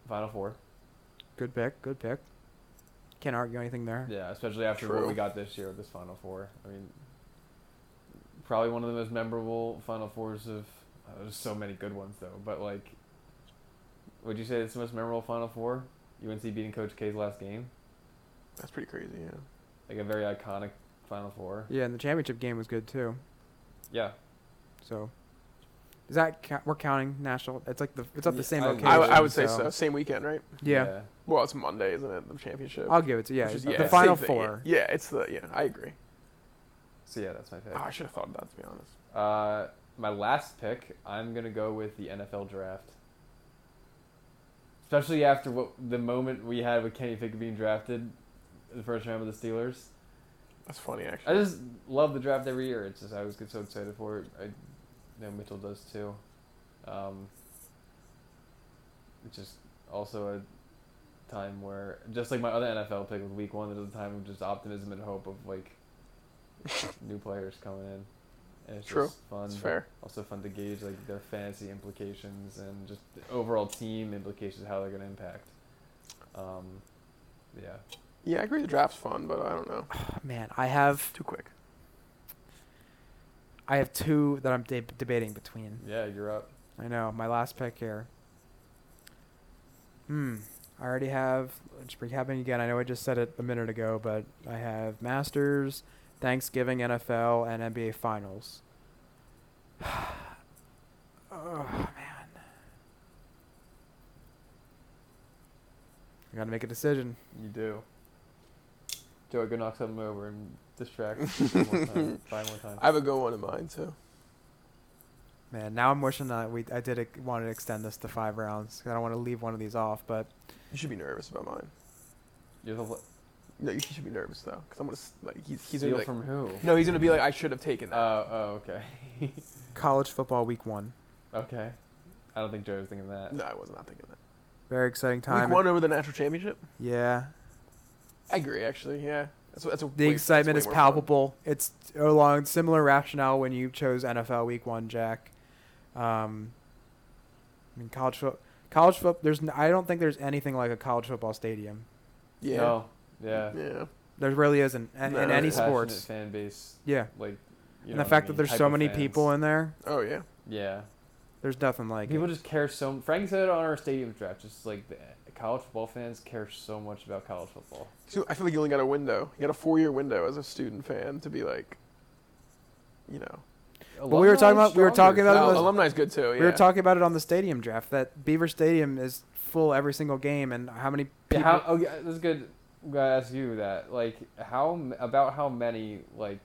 [SPEAKER 3] Final Four.
[SPEAKER 1] Good pick. Good pick. Can't argue anything there.
[SPEAKER 3] Yeah, especially after what
[SPEAKER 2] True.
[SPEAKER 3] we got this year with this Final Four. I mean, probably one of the most memorable Final Fours of. Uh, there's so many good ones though, but like, would you say it's the most memorable Final Four? UNC beating Coach K's last game,
[SPEAKER 2] that's pretty crazy. Yeah,
[SPEAKER 3] like a very iconic Final Four.
[SPEAKER 1] Yeah, and the championship game was good too.
[SPEAKER 3] Yeah,
[SPEAKER 1] So, is that ca- we're counting national? It's like the it's at the
[SPEAKER 3] Yeah,
[SPEAKER 1] same
[SPEAKER 3] I-
[SPEAKER 1] location.
[SPEAKER 2] I,
[SPEAKER 3] would-
[SPEAKER 2] I would say so. Same weekend, right?
[SPEAKER 1] Yeah.
[SPEAKER 2] Well, it's Monday, isn't it? The championship.
[SPEAKER 1] I'll give it to Uh, yeah.
[SPEAKER 2] Which is-
[SPEAKER 1] the
[SPEAKER 2] same
[SPEAKER 1] final
[SPEAKER 2] thing, yeah.
[SPEAKER 1] four.
[SPEAKER 2] Yeah, it's the yeah. I agree.
[SPEAKER 3] So yeah, that's my pick.
[SPEAKER 2] Oh, I should have thought of that to be honest.
[SPEAKER 3] Uh, my last pick, I'm gonna go with the NFL draft. Especially after what the moment we had with Kenny Pickett being drafted, in the first round with the Steelers.
[SPEAKER 2] That's funny actually.
[SPEAKER 3] I just love the draft every year. It's just I always get so excited for it. I know Mitchell does too. Um, it's just also a time where, just like my other NFL pick with Week One, there's a time of just optimism and hope of
[SPEAKER 2] <laughs>
[SPEAKER 3] like new players coming in. And it's
[SPEAKER 2] True.
[SPEAKER 3] just fun.
[SPEAKER 2] It's
[SPEAKER 3] but
[SPEAKER 2] fair.
[SPEAKER 3] Also fun to gauge like their fantasy implications and just the overall team implications, how they're going to impact. Um, yeah.
[SPEAKER 2] Yeah, I agree. The draft's fun, but I don't know.
[SPEAKER 1] Man, I have
[SPEAKER 2] Too quick.
[SPEAKER 1] I have two that I'm de- debating between.
[SPEAKER 3] Yeah, you're up.
[SPEAKER 1] I know. My last pick here. Hmm. I already have. Just recapping again. I know I just said it a minute ago, but I have Masters, Thanksgiving, NFL, and NBA Finals. <sighs> oh man. I gotta make a decision.
[SPEAKER 3] You do. Joey, go knock something over and
[SPEAKER 2] <laughs>
[SPEAKER 3] distract <laughs> one more time. Five more times.
[SPEAKER 2] I have a good one in mind too.
[SPEAKER 1] Man, now I'm wishing that we I did ex- want to extend this to five rounds. 'cause I don't want to leave one of these off, but
[SPEAKER 2] You should be nervous about mine.
[SPEAKER 3] You're the l-
[SPEAKER 2] No, you should be nervous though, because I'm gonna s- like he's he's gonna
[SPEAKER 3] steal
[SPEAKER 2] be like,
[SPEAKER 3] from who?
[SPEAKER 2] no, he's gonna be like I should have taken
[SPEAKER 3] Oh,
[SPEAKER 2] that.
[SPEAKER 3] oh, okay. <laughs>
[SPEAKER 2] Mm-hmm.
[SPEAKER 1] college football week one,
[SPEAKER 3] okay. I don't think Joey was thinking that.
[SPEAKER 2] no, I was not thinking that.
[SPEAKER 1] very exciting Uh, time.
[SPEAKER 2] Week one over the national championship.
[SPEAKER 1] Yeah,
[SPEAKER 2] I agree, actually. Yeah, that's that's
[SPEAKER 1] The
[SPEAKER 2] a way- that's
[SPEAKER 1] excitement
[SPEAKER 2] way
[SPEAKER 1] is
[SPEAKER 2] more fun.
[SPEAKER 1] palpable. It's along similar rationale when you chose NFL Week One, Jack. Um, I mean, college foot, college foot. There's, n- I don't think there's anything like a college football stadium.
[SPEAKER 2] Yeah.
[SPEAKER 3] No. Yeah.
[SPEAKER 2] Yeah.
[SPEAKER 1] There really isn't a-
[SPEAKER 2] No,
[SPEAKER 1] in
[SPEAKER 2] no,
[SPEAKER 1] any
[SPEAKER 2] no.
[SPEAKER 3] Passionate
[SPEAKER 1] sports.
[SPEAKER 3] fan base,
[SPEAKER 1] Yeah,
[SPEAKER 3] like. You
[SPEAKER 1] and
[SPEAKER 3] know
[SPEAKER 1] the
[SPEAKER 3] what I
[SPEAKER 1] fact that
[SPEAKER 3] mean,
[SPEAKER 1] there's
[SPEAKER 3] type
[SPEAKER 1] so
[SPEAKER 3] of
[SPEAKER 1] many
[SPEAKER 3] fans.
[SPEAKER 1] people in there,
[SPEAKER 2] Oh yeah.
[SPEAKER 3] Yeah.
[SPEAKER 1] there's nothing like
[SPEAKER 3] people
[SPEAKER 1] it.
[SPEAKER 3] just care so. m- Frank said it on our stadium draft. Just like the college football fans care so much about college football.
[SPEAKER 2] So I feel like you only got a window. You got a four-year window as a student fan to be like, you know,
[SPEAKER 1] But we were talking
[SPEAKER 3] Alumni
[SPEAKER 1] about- we were
[SPEAKER 3] stronger.
[SPEAKER 1] talking about it
[SPEAKER 2] Well,
[SPEAKER 1] was-
[SPEAKER 2] alumni's good too. Yeah.
[SPEAKER 1] We were talking about it on the stadium draft. That Beaver Stadium is full every single game, and how many?
[SPEAKER 3] Yeah,
[SPEAKER 1] People,
[SPEAKER 3] how, oh, yeah, that's good. I'm gonna ask you that. Like, how m- about how many like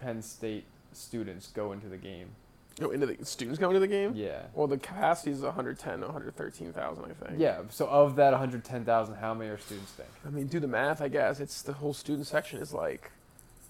[SPEAKER 3] Penn State students go into the game?
[SPEAKER 2] Go into the students going to the game.
[SPEAKER 3] Yeah,
[SPEAKER 2] Well, the capacity is 110, 113,000, I think.
[SPEAKER 3] yeah. So of that 110,000, how many are students think?
[SPEAKER 2] I mean, do the math. I guess it's the whole student section is like,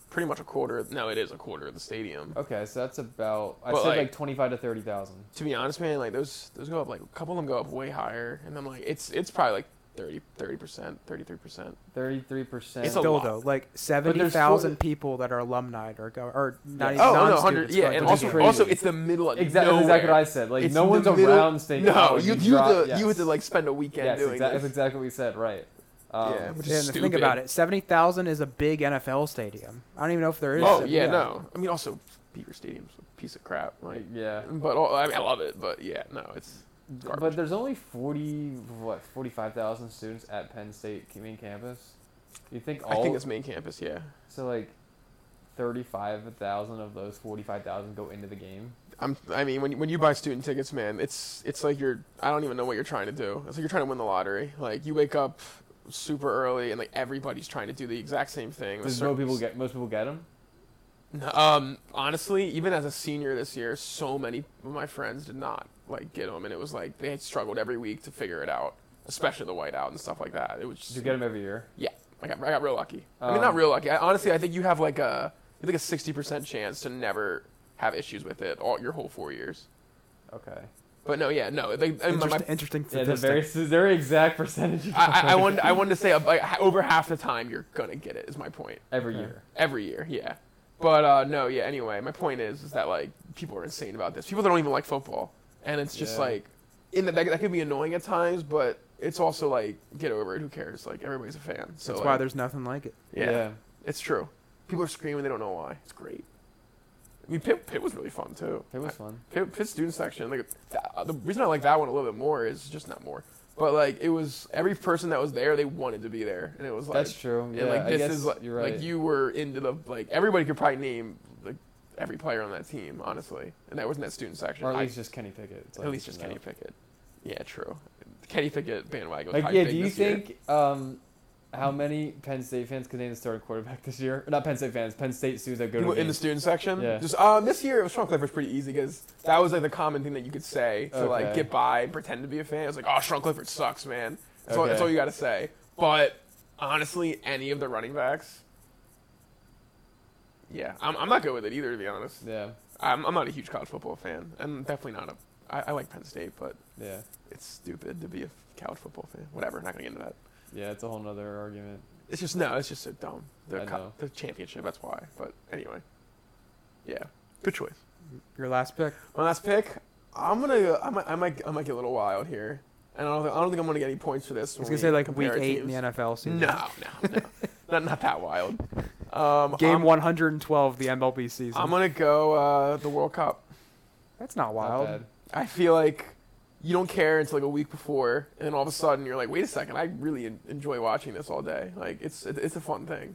[SPEAKER 2] pretty much a quarter. No, it is a quarter of the stadium.
[SPEAKER 3] Okay, so that's about. I
[SPEAKER 2] Well,
[SPEAKER 3] said
[SPEAKER 2] like-
[SPEAKER 3] like, 25 to 30,000.
[SPEAKER 2] To be honest, man, like those those go up like a couple of them go up way higher, and then like it's it's probably like 30 percent, thirty three percent.
[SPEAKER 3] 33 percent.
[SPEAKER 2] It's a
[SPEAKER 1] still
[SPEAKER 2] lot.
[SPEAKER 1] though, like
[SPEAKER 3] there's
[SPEAKER 1] seventy thousand people that are alumni or go, or not
[SPEAKER 3] Yeah.
[SPEAKER 1] even
[SPEAKER 2] Oh no,
[SPEAKER 1] non-students
[SPEAKER 2] 100. Yeah,
[SPEAKER 1] going
[SPEAKER 2] and
[SPEAKER 1] to the
[SPEAKER 2] also
[SPEAKER 1] game.
[SPEAKER 2] also it's the middle of
[SPEAKER 3] exactly,
[SPEAKER 2] nowhere.
[SPEAKER 3] that's exactly what I said. Like
[SPEAKER 2] It's
[SPEAKER 3] no
[SPEAKER 2] the
[SPEAKER 3] one's
[SPEAKER 2] middle-
[SPEAKER 3] around state.
[SPEAKER 2] No,
[SPEAKER 3] college.
[SPEAKER 2] you you
[SPEAKER 3] drop-
[SPEAKER 2] the,
[SPEAKER 3] yes.
[SPEAKER 2] you had to like spend a weekend
[SPEAKER 3] yes,
[SPEAKER 2] doing
[SPEAKER 3] exac- that's
[SPEAKER 2] this.
[SPEAKER 3] <laughs> exactly what we said. Right. Um,
[SPEAKER 2] Yeah, which is
[SPEAKER 1] Yeah, and
[SPEAKER 2] stupid.
[SPEAKER 1] think about it. Seventy thousand is a big NFL stadium. I don't even know if there is.
[SPEAKER 2] Oh
[SPEAKER 1] a-
[SPEAKER 2] yeah,
[SPEAKER 3] yeah.
[SPEAKER 2] no. I mean, also Beaver Stadium's a piece of crap. Like,
[SPEAKER 3] yeah.
[SPEAKER 2] but all, I, mean, I love it. But yeah, no, it's garbage.
[SPEAKER 3] But there's only forty what forty five thousand students at Penn State main campus. You think all
[SPEAKER 2] I think it's main campus. Yeah,
[SPEAKER 3] so like thirty five thousand of those forty five thousand go into the game.
[SPEAKER 2] I'm. I mean, when you- when you buy student tickets, man, it's it's like you're. I don't even know what you're trying to do. It's like you're trying to win the lottery. Like you wake up super early and like everybody's trying to do the exact same thing.
[SPEAKER 3] Does most people get most people get them?
[SPEAKER 2] No, Um, honestly, even as a senior this year, so many of my friends did not like get them, and it was like they had struggled every week to figure it out, especially the whiteout and stuff like that. It was
[SPEAKER 3] Did
[SPEAKER 2] just
[SPEAKER 3] you get them every year?
[SPEAKER 2] Yeah, I got I got real lucky. I mean, not
[SPEAKER 3] Um,
[SPEAKER 2] real lucky. I, honestly, I think you have like a you have like a sixty percent chance to never have issues with it all your whole four years.
[SPEAKER 3] Okay.
[SPEAKER 2] But no, yeah, no. Like, I- my-
[SPEAKER 1] Interest,
[SPEAKER 2] my-
[SPEAKER 1] interesting
[SPEAKER 3] Yeah, the
[SPEAKER 1] statistic.
[SPEAKER 3] very, <laughs> s- very exact percentage. of
[SPEAKER 2] <laughs> I, I, I
[SPEAKER 3] dollars
[SPEAKER 2] wanted I wanted to say uh, like, h- over half the time you're gonna get it is my point
[SPEAKER 3] every
[SPEAKER 1] Okay.
[SPEAKER 3] year.
[SPEAKER 2] every year. Yeah, but uh, no, yeah. Anyway, my point is is that like people are insane about this. People that don't even like football, and it's just
[SPEAKER 3] Yeah.
[SPEAKER 2] like in the, that that can be annoying at times, but it's also like get over it. Who cares? Like everybody's a fan. So
[SPEAKER 1] That's
[SPEAKER 2] like,
[SPEAKER 1] why there's nothing like it.
[SPEAKER 2] yeah, it's true. People are screaming. They don't know why. It's great. I mean, Pitt, Pitt was really fun too.
[SPEAKER 3] it was fun.
[SPEAKER 2] Pitt, Pitt student section. Like that, the reason I like that one a little bit more is just not more, but like it was every person that was there, they wanted to be there, and it was like
[SPEAKER 3] That's true.
[SPEAKER 2] and,
[SPEAKER 3] Yeah,
[SPEAKER 2] like
[SPEAKER 3] I
[SPEAKER 2] this
[SPEAKER 3] guess
[SPEAKER 2] is like,
[SPEAKER 3] you're right.
[SPEAKER 2] like you were into the like everybody could probably name like every player on that team honestly, and that was in that student section.
[SPEAKER 3] or at
[SPEAKER 2] I-
[SPEAKER 3] least just Kenny Pickett. It's like,
[SPEAKER 2] at least just
[SPEAKER 3] you know.
[SPEAKER 2] Kenny Pickett. Yeah, true. Kenny Pickett bandwagon. Was
[SPEAKER 3] Like,
[SPEAKER 2] probably
[SPEAKER 3] yeah,
[SPEAKER 2] big
[SPEAKER 3] do you
[SPEAKER 2] this year.
[SPEAKER 3] think um, how many Penn State fans could name the starting quarterback this year? Or not Penn State fans, Penn State students that go to
[SPEAKER 2] People in the
[SPEAKER 3] games.
[SPEAKER 2] student section?
[SPEAKER 3] Yeah.
[SPEAKER 2] Just um, this year, it was Sean Clifford's pretty easy because that was like the common thing that you could say to like
[SPEAKER 3] Okay.
[SPEAKER 2] get by and pretend to be a fan. It was like, oh, Sean Clifford sucks, man. That's, all, that's
[SPEAKER 3] Okay.
[SPEAKER 2] all you got to say. But honestly, any of the running backs, yeah, I'm, I'm not good with it either, to be honest.
[SPEAKER 3] Yeah,
[SPEAKER 2] I'm, I'm not a huge college football fan. I'm definitely not a. I, I like Penn State, but
[SPEAKER 3] yeah,
[SPEAKER 2] it's stupid to be a college football fan. Whatever, not gonna get into that.
[SPEAKER 3] yeah. It's a whole nother argument.
[SPEAKER 2] It's just no, it's just so dumb. The,
[SPEAKER 3] I
[SPEAKER 2] co-
[SPEAKER 3] know.
[SPEAKER 2] the championship, that's why. But anyway, yeah, good choice.
[SPEAKER 1] Your last pick.
[SPEAKER 2] My last pick, I'm gonna, go- I might, I might, I might get a little wild here, and I don't, think, I don't think I'm gonna get any points for this.
[SPEAKER 1] I was gonna
[SPEAKER 2] when we
[SPEAKER 1] say like
[SPEAKER 2] compare
[SPEAKER 1] week
[SPEAKER 2] our
[SPEAKER 1] eight in
[SPEAKER 2] teams.
[SPEAKER 1] the NFL season.
[SPEAKER 2] No, no,
[SPEAKER 1] <laughs>
[SPEAKER 2] no, not, not that wild. Um,
[SPEAKER 1] Game
[SPEAKER 2] I'm,
[SPEAKER 1] 112 of the MLB season.
[SPEAKER 2] I'm gonna go uh, the World Cup.
[SPEAKER 1] That's not
[SPEAKER 3] Not
[SPEAKER 1] wild.
[SPEAKER 3] bad.
[SPEAKER 2] I feel like you don't care until like a week before, and then all of a sudden you're like, wait a second, I really en- enjoy watching this all day. Like it's it, it's a fun thing,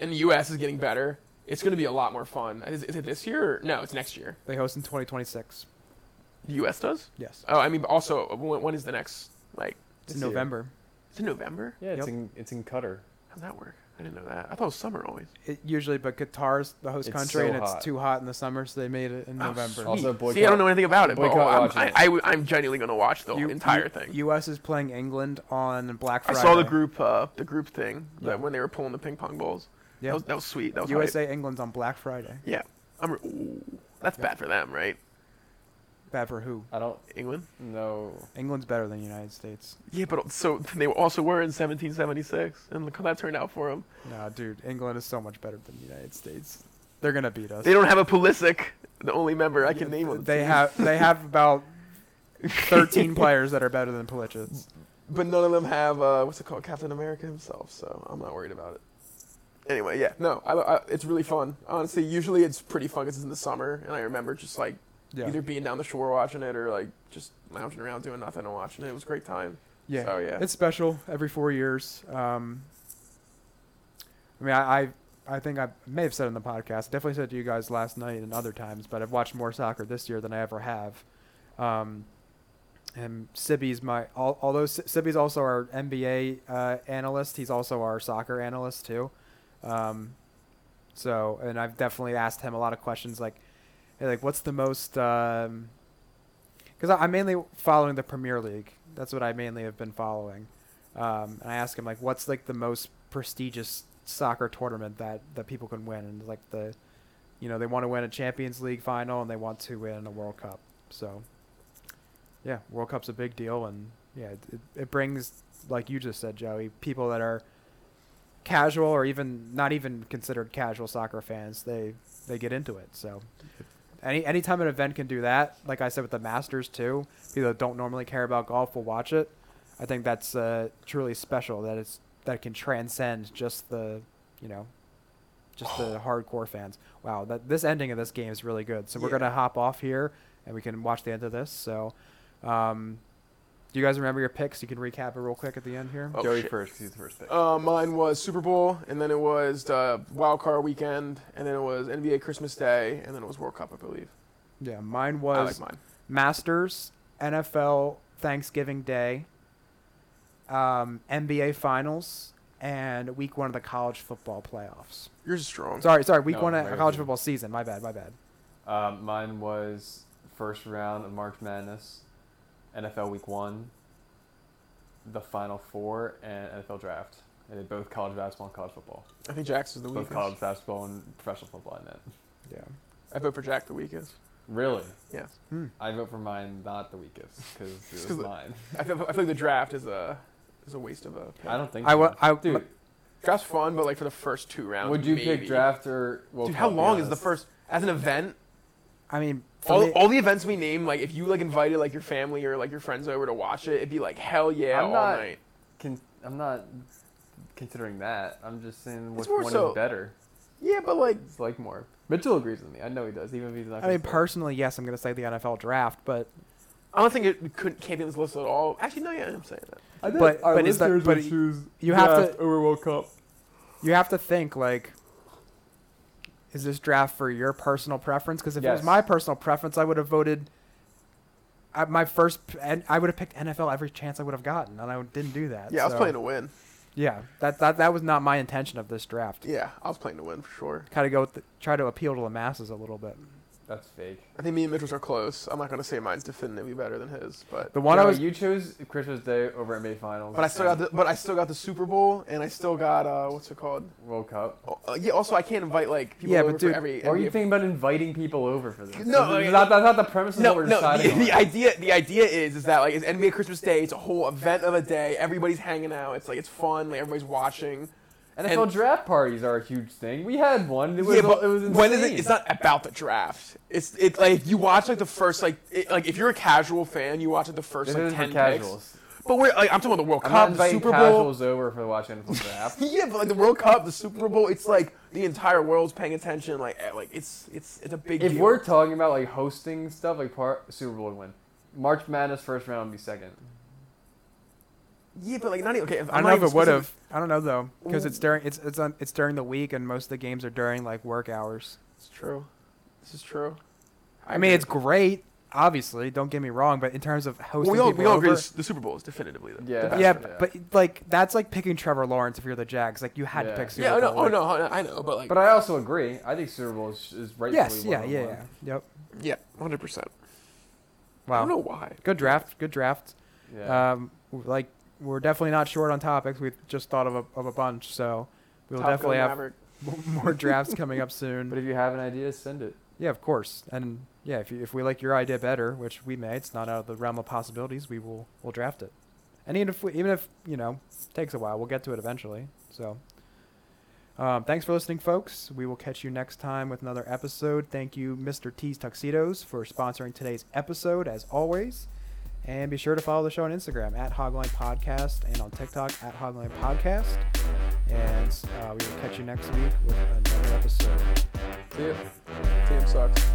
[SPEAKER 2] and the U.S. is getting better. It's going to be a lot more fun. Is, is it this year? Or? No, it's next year.
[SPEAKER 1] They host in 2026.
[SPEAKER 2] The U.S. does.
[SPEAKER 1] Yes.
[SPEAKER 2] Oh, I mean, but also when, when is the next? Like
[SPEAKER 1] It's
[SPEAKER 3] This
[SPEAKER 1] in
[SPEAKER 3] year.
[SPEAKER 1] November.
[SPEAKER 2] it's in November.
[SPEAKER 3] Yeah, it's
[SPEAKER 1] Yep.
[SPEAKER 3] in it's in Qatar.
[SPEAKER 2] How does that work? I didn't know that. I thought it was summer always.
[SPEAKER 1] It usually, but Qatar's the host
[SPEAKER 3] It's
[SPEAKER 1] country,
[SPEAKER 3] so
[SPEAKER 1] and it's
[SPEAKER 3] hot.
[SPEAKER 1] too hot in the summer, so they made it in
[SPEAKER 2] Oh,
[SPEAKER 1] November.
[SPEAKER 2] sweet.
[SPEAKER 3] Also
[SPEAKER 2] See, I
[SPEAKER 3] boycott-
[SPEAKER 2] don't know anything about it, but oh,
[SPEAKER 3] boycott
[SPEAKER 2] I'm,
[SPEAKER 3] watching
[SPEAKER 2] I,
[SPEAKER 3] it.
[SPEAKER 2] I, w- I'm genuinely going to watch the
[SPEAKER 1] U-
[SPEAKER 2] entire
[SPEAKER 1] U-
[SPEAKER 2] thing.
[SPEAKER 1] U.S. is playing England on Black
[SPEAKER 2] I
[SPEAKER 1] Friday.
[SPEAKER 2] saw the group, uh, the group thing
[SPEAKER 1] Yeah.
[SPEAKER 2] that when they were pulling the ping pong balls.
[SPEAKER 1] Yeah.
[SPEAKER 2] That, was, that was sweet. That was hype.
[SPEAKER 1] USA England's on Black Friday.
[SPEAKER 2] Yeah, I'm. Re- ooh, that's bad for them, right?
[SPEAKER 1] Bad for who?
[SPEAKER 3] I don't
[SPEAKER 2] England.
[SPEAKER 3] know.
[SPEAKER 1] England's better than the United States.
[SPEAKER 2] Yeah, but so they also were in 1776, and look how that turned out for them.
[SPEAKER 1] Nah, dude, England is so much better than the United States. They're gonna beat us.
[SPEAKER 2] They don't have a Pulisic, the only member I can name on. the
[SPEAKER 1] They
[SPEAKER 2] team.
[SPEAKER 1] have they
[SPEAKER 2] <laughs>
[SPEAKER 1] have about 13 players that are better than Pulisic.
[SPEAKER 2] but none of them have uh, what's it called, Captain America himself. So I'm not worried about it. Anyway, yeah, no, I, I, it's really fun. Honestly, usually it's pretty fun 'cause it's in the summer, and I remember just like
[SPEAKER 1] Yeah.
[SPEAKER 2] either being down the shore watching it or like just lounging around doing nothing and watching it. It was a great time.
[SPEAKER 1] Yeah.
[SPEAKER 2] So yeah.
[SPEAKER 1] It's special every four years. Um, I mean, I, I, I think I may have said in the podcast, definitely said to you guys last night and other times, but I've watched more soccer this year than I ever have. Um, and Sibby's my, al- although Si- Sibby's also our NBA uh, analyst, he's also our soccer analyst too. Um, so, and I've definitely asked him a lot of questions like, hey, like what's the most, um, because I'm mainly following the Premier League. That's what I mainly have been following. Um, and I ask him like, what's like the most prestigious soccer tournament that that people can win? And like the, you know, they want to win a Champions League final and they want to win a World Cup. So, yeah, World Cup's a big deal, and yeah, it, it, it brings like you just said, Joey, people that are casual or even not even considered casual soccer fans, they they get into it. So any anytime an event can do that, like I said with the Masters too, people that don't normally care about golf will watch it. I think that's uh, truly special that it's that can transcend just the, you know, just the hardcore fans. Wow, that this ending of this game is really good. So we're
[SPEAKER 2] Yeah.
[SPEAKER 1] gonna hop off here and we can watch the end of this. So, um, do you guys remember your picks? You can recap it real quick at the end here.
[SPEAKER 2] Oh,
[SPEAKER 3] Joey
[SPEAKER 2] shit.
[SPEAKER 3] first. 'cause He's the first pick.
[SPEAKER 2] Uh, mine was Super Bowl, and then it was uh, Wild Card Weekend, and then it was NBA Christmas Day, and then it was World Cup, I believe.
[SPEAKER 1] Yeah, mine
[SPEAKER 2] I
[SPEAKER 1] was
[SPEAKER 2] like mine.
[SPEAKER 1] Masters, NFL Thanksgiving Day, um, NBA Finals, and Week One of the college football playoffs.
[SPEAKER 2] Yours is strong.
[SPEAKER 1] Sorry, sorry, Week
[SPEAKER 3] No,
[SPEAKER 1] One of
[SPEAKER 3] where
[SPEAKER 1] college
[SPEAKER 3] is it?
[SPEAKER 1] football season. My bad, my bad.
[SPEAKER 3] Um, mine was first round of March Madness, NFL Week One, the Final Four, and NFL Draft. I did both college basketball and college football.
[SPEAKER 2] I think Jax is the
[SPEAKER 3] Both
[SPEAKER 2] weakest.
[SPEAKER 3] college basketball and professional football. I meant.
[SPEAKER 1] Yeah.
[SPEAKER 2] I vote for Jack the weakest.
[SPEAKER 3] Really?
[SPEAKER 2] Yeah.
[SPEAKER 1] Hmm.
[SPEAKER 3] I vote for mine, not the weekest, because
[SPEAKER 2] Just <laughs>
[SPEAKER 3] it
[SPEAKER 2] 'cause
[SPEAKER 3] was
[SPEAKER 2] the-
[SPEAKER 3] mine.
[SPEAKER 2] I feel, I feel like the draft is a is a waste of a.
[SPEAKER 3] I don't think.
[SPEAKER 1] I
[SPEAKER 3] so.
[SPEAKER 1] wa- I-
[SPEAKER 3] Dude,
[SPEAKER 2] Draft's fun, but like for the first two rounds.
[SPEAKER 3] would you
[SPEAKER 2] maybe.
[SPEAKER 3] pick draft or? Well,
[SPEAKER 2] Dude, how
[SPEAKER 3] Cup,
[SPEAKER 2] long
[SPEAKER 3] be
[SPEAKER 2] is the
[SPEAKER 3] honest.
[SPEAKER 2] first as an event?
[SPEAKER 1] I mean, for
[SPEAKER 2] All,
[SPEAKER 1] me-
[SPEAKER 2] all the events we name, like if you like invited like your family or like your friends over to watch it, it'd be like hell yeah
[SPEAKER 3] I'm
[SPEAKER 2] all
[SPEAKER 3] not-
[SPEAKER 2] night.
[SPEAKER 3] Con- I'm not considering that. I'm just saying
[SPEAKER 2] It's
[SPEAKER 3] which
[SPEAKER 2] more
[SPEAKER 3] one
[SPEAKER 2] so-
[SPEAKER 3] is better.
[SPEAKER 2] Yeah, but like
[SPEAKER 3] It's like more. Mitchell agrees with me. I know he does, even if he's not.
[SPEAKER 1] I mean,
[SPEAKER 3] gonna say it.
[SPEAKER 1] personally, yes, I'm going to say the NFL draft, but
[SPEAKER 2] I don't think it couldn't can't be in this list at all. Actually, no, yeah, I'm saying that.
[SPEAKER 3] I bet
[SPEAKER 1] but-
[SPEAKER 3] our
[SPEAKER 1] but is that-
[SPEAKER 3] listeners
[SPEAKER 1] but
[SPEAKER 3] would choose
[SPEAKER 1] you have to-
[SPEAKER 3] draft over World Cup.
[SPEAKER 1] you have to think like, is this draft for your personal preference? Because if it was
[SPEAKER 3] Yes.
[SPEAKER 1] my personal preference, I would have voted. I, my first, and I would have picked NFL every chance I would have gotten, and I didn't do that.
[SPEAKER 2] Yeah, I was
[SPEAKER 1] so-
[SPEAKER 2] playing to win.
[SPEAKER 1] Yeah, that, that that was not my intention of this draft.
[SPEAKER 2] Yeah, I was playing to win for sure.
[SPEAKER 1] Kind of go with the, try to appeal to the masses a little bit.
[SPEAKER 3] That's fake.
[SPEAKER 2] I think me and Mitchell's are close. I'm not gonna say mine's definitively better than his, but
[SPEAKER 1] The one I
[SPEAKER 3] No,
[SPEAKER 1] was,
[SPEAKER 3] you chose Christmas Day over NBA Finals.
[SPEAKER 2] but I still got the but I still got the Super Bowl and I still got uh what's it called?
[SPEAKER 3] World Cup.
[SPEAKER 2] Oh, Uh, yeah, also I can't invite like people
[SPEAKER 1] Yeah, but
[SPEAKER 2] over
[SPEAKER 1] dude,
[SPEAKER 2] for every.
[SPEAKER 3] Or are you
[SPEAKER 2] every-
[SPEAKER 3] thinking about inviting people over for this?
[SPEAKER 2] No,
[SPEAKER 3] This is
[SPEAKER 2] I mean-
[SPEAKER 3] not, that's not the premise of
[SPEAKER 2] no,
[SPEAKER 3] what we're
[SPEAKER 2] no. <laughs> The,
[SPEAKER 3] deciding.
[SPEAKER 2] the
[SPEAKER 3] on.
[SPEAKER 2] idea, the idea is, is that like it's NBA Christmas Day. It's a whole event of a day. Everybody's hanging out. It's like it's fun. Like everybody's watching.
[SPEAKER 3] NFL
[SPEAKER 2] and-
[SPEAKER 3] draft parties are a huge thing. We had one. It was, it was insane.
[SPEAKER 2] when is it? It's not about the draft. It's it's like if you watch like the first like it, like if you're a casual fan, you watch like the first
[SPEAKER 3] This
[SPEAKER 2] like
[SPEAKER 3] isn't
[SPEAKER 2] ten
[SPEAKER 3] for casuals.
[SPEAKER 2] picks. But we're like I'm talking about the World
[SPEAKER 3] I'm not
[SPEAKER 2] Cup, the
[SPEAKER 3] inviting
[SPEAKER 2] Super Bowl.
[SPEAKER 3] casuals over for the watch NFL
[SPEAKER 2] <laughs>
[SPEAKER 3] draft.
[SPEAKER 2] Yeah, but like the World Cup, the Super Bowl. It's like the entire world's paying attention. Like eh, like it's it's it's a big.
[SPEAKER 3] if
[SPEAKER 2] deal.
[SPEAKER 3] we're talking about like hosting stuff, like par- Super Bowl would win. March Madness first round would be second.
[SPEAKER 2] yeah, but like not even okay. I'm
[SPEAKER 1] I
[SPEAKER 2] not
[SPEAKER 1] don't know
[SPEAKER 2] even
[SPEAKER 1] if it would
[SPEAKER 2] specific-
[SPEAKER 1] have. I don't know though, because it's during it's it's on, it's during the week, and most of the games are during like work hours.
[SPEAKER 2] It's true. This is true.
[SPEAKER 1] I mean, it's great, obviously. Don't get me wrong, but in terms of
[SPEAKER 2] Well,
[SPEAKER 1] hosting
[SPEAKER 2] we all
[SPEAKER 1] people
[SPEAKER 2] we all
[SPEAKER 1] over,
[SPEAKER 2] agree this- the Super Bowl is definitively the,
[SPEAKER 3] Yeah.
[SPEAKER 2] the
[SPEAKER 1] yeah,
[SPEAKER 2] best.
[SPEAKER 3] Yeah.
[SPEAKER 1] b- but like that's like picking Trevor Lawrence if you're the Jags. Like you had to
[SPEAKER 3] Yeah.
[SPEAKER 1] pick Super
[SPEAKER 2] Yeah, oh no,
[SPEAKER 1] Bowl.
[SPEAKER 2] oh
[SPEAKER 1] like-
[SPEAKER 2] no, I know, but like,
[SPEAKER 3] But I also agree. I think Super Bowl is, is rightfully
[SPEAKER 1] Yes, yeah,
[SPEAKER 3] one
[SPEAKER 1] yeah, yeah. Yep.
[SPEAKER 2] yeah, hundred percent. I don't
[SPEAKER 1] Wow.
[SPEAKER 2] know why.
[SPEAKER 1] Good draft. Good draft.
[SPEAKER 3] yeah.
[SPEAKER 1] Um, like we're definitely not short on topics. We just thought of a of a bunch, so we'll
[SPEAKER 2] Top Gun
[SPEAKER 1] definitely have
[SPEAKER 2] Maverick.
[SPEAKER 1] <laughs> more
[SPEAKER 2] <laughs>
[SPEAKER 1] drafts coming up soon.
[SPEAKER 3] but if you have an idea, send it.
[SPEAKER 1] Yeah, of course. And yeah, if, you, if we like your idea better, which we may, it's not out of the realm of possibilities, we will we'll draft it. And even if we, even if you know takes a while, we'll get to it eventually. So, um, thanks for listening, folks. We will catch you next time with another episode. Thank you, Mr. T's Tuxedos, for sponsoring today's episode, as always. And be sure to follow the show on Instagram at Hogline Podcast and on TikTok at Hogline Podcast. And uh, we will catch you next week with another episode.
[SPEAKER 3] See ya.
[SPEAKER 2] Team sucks.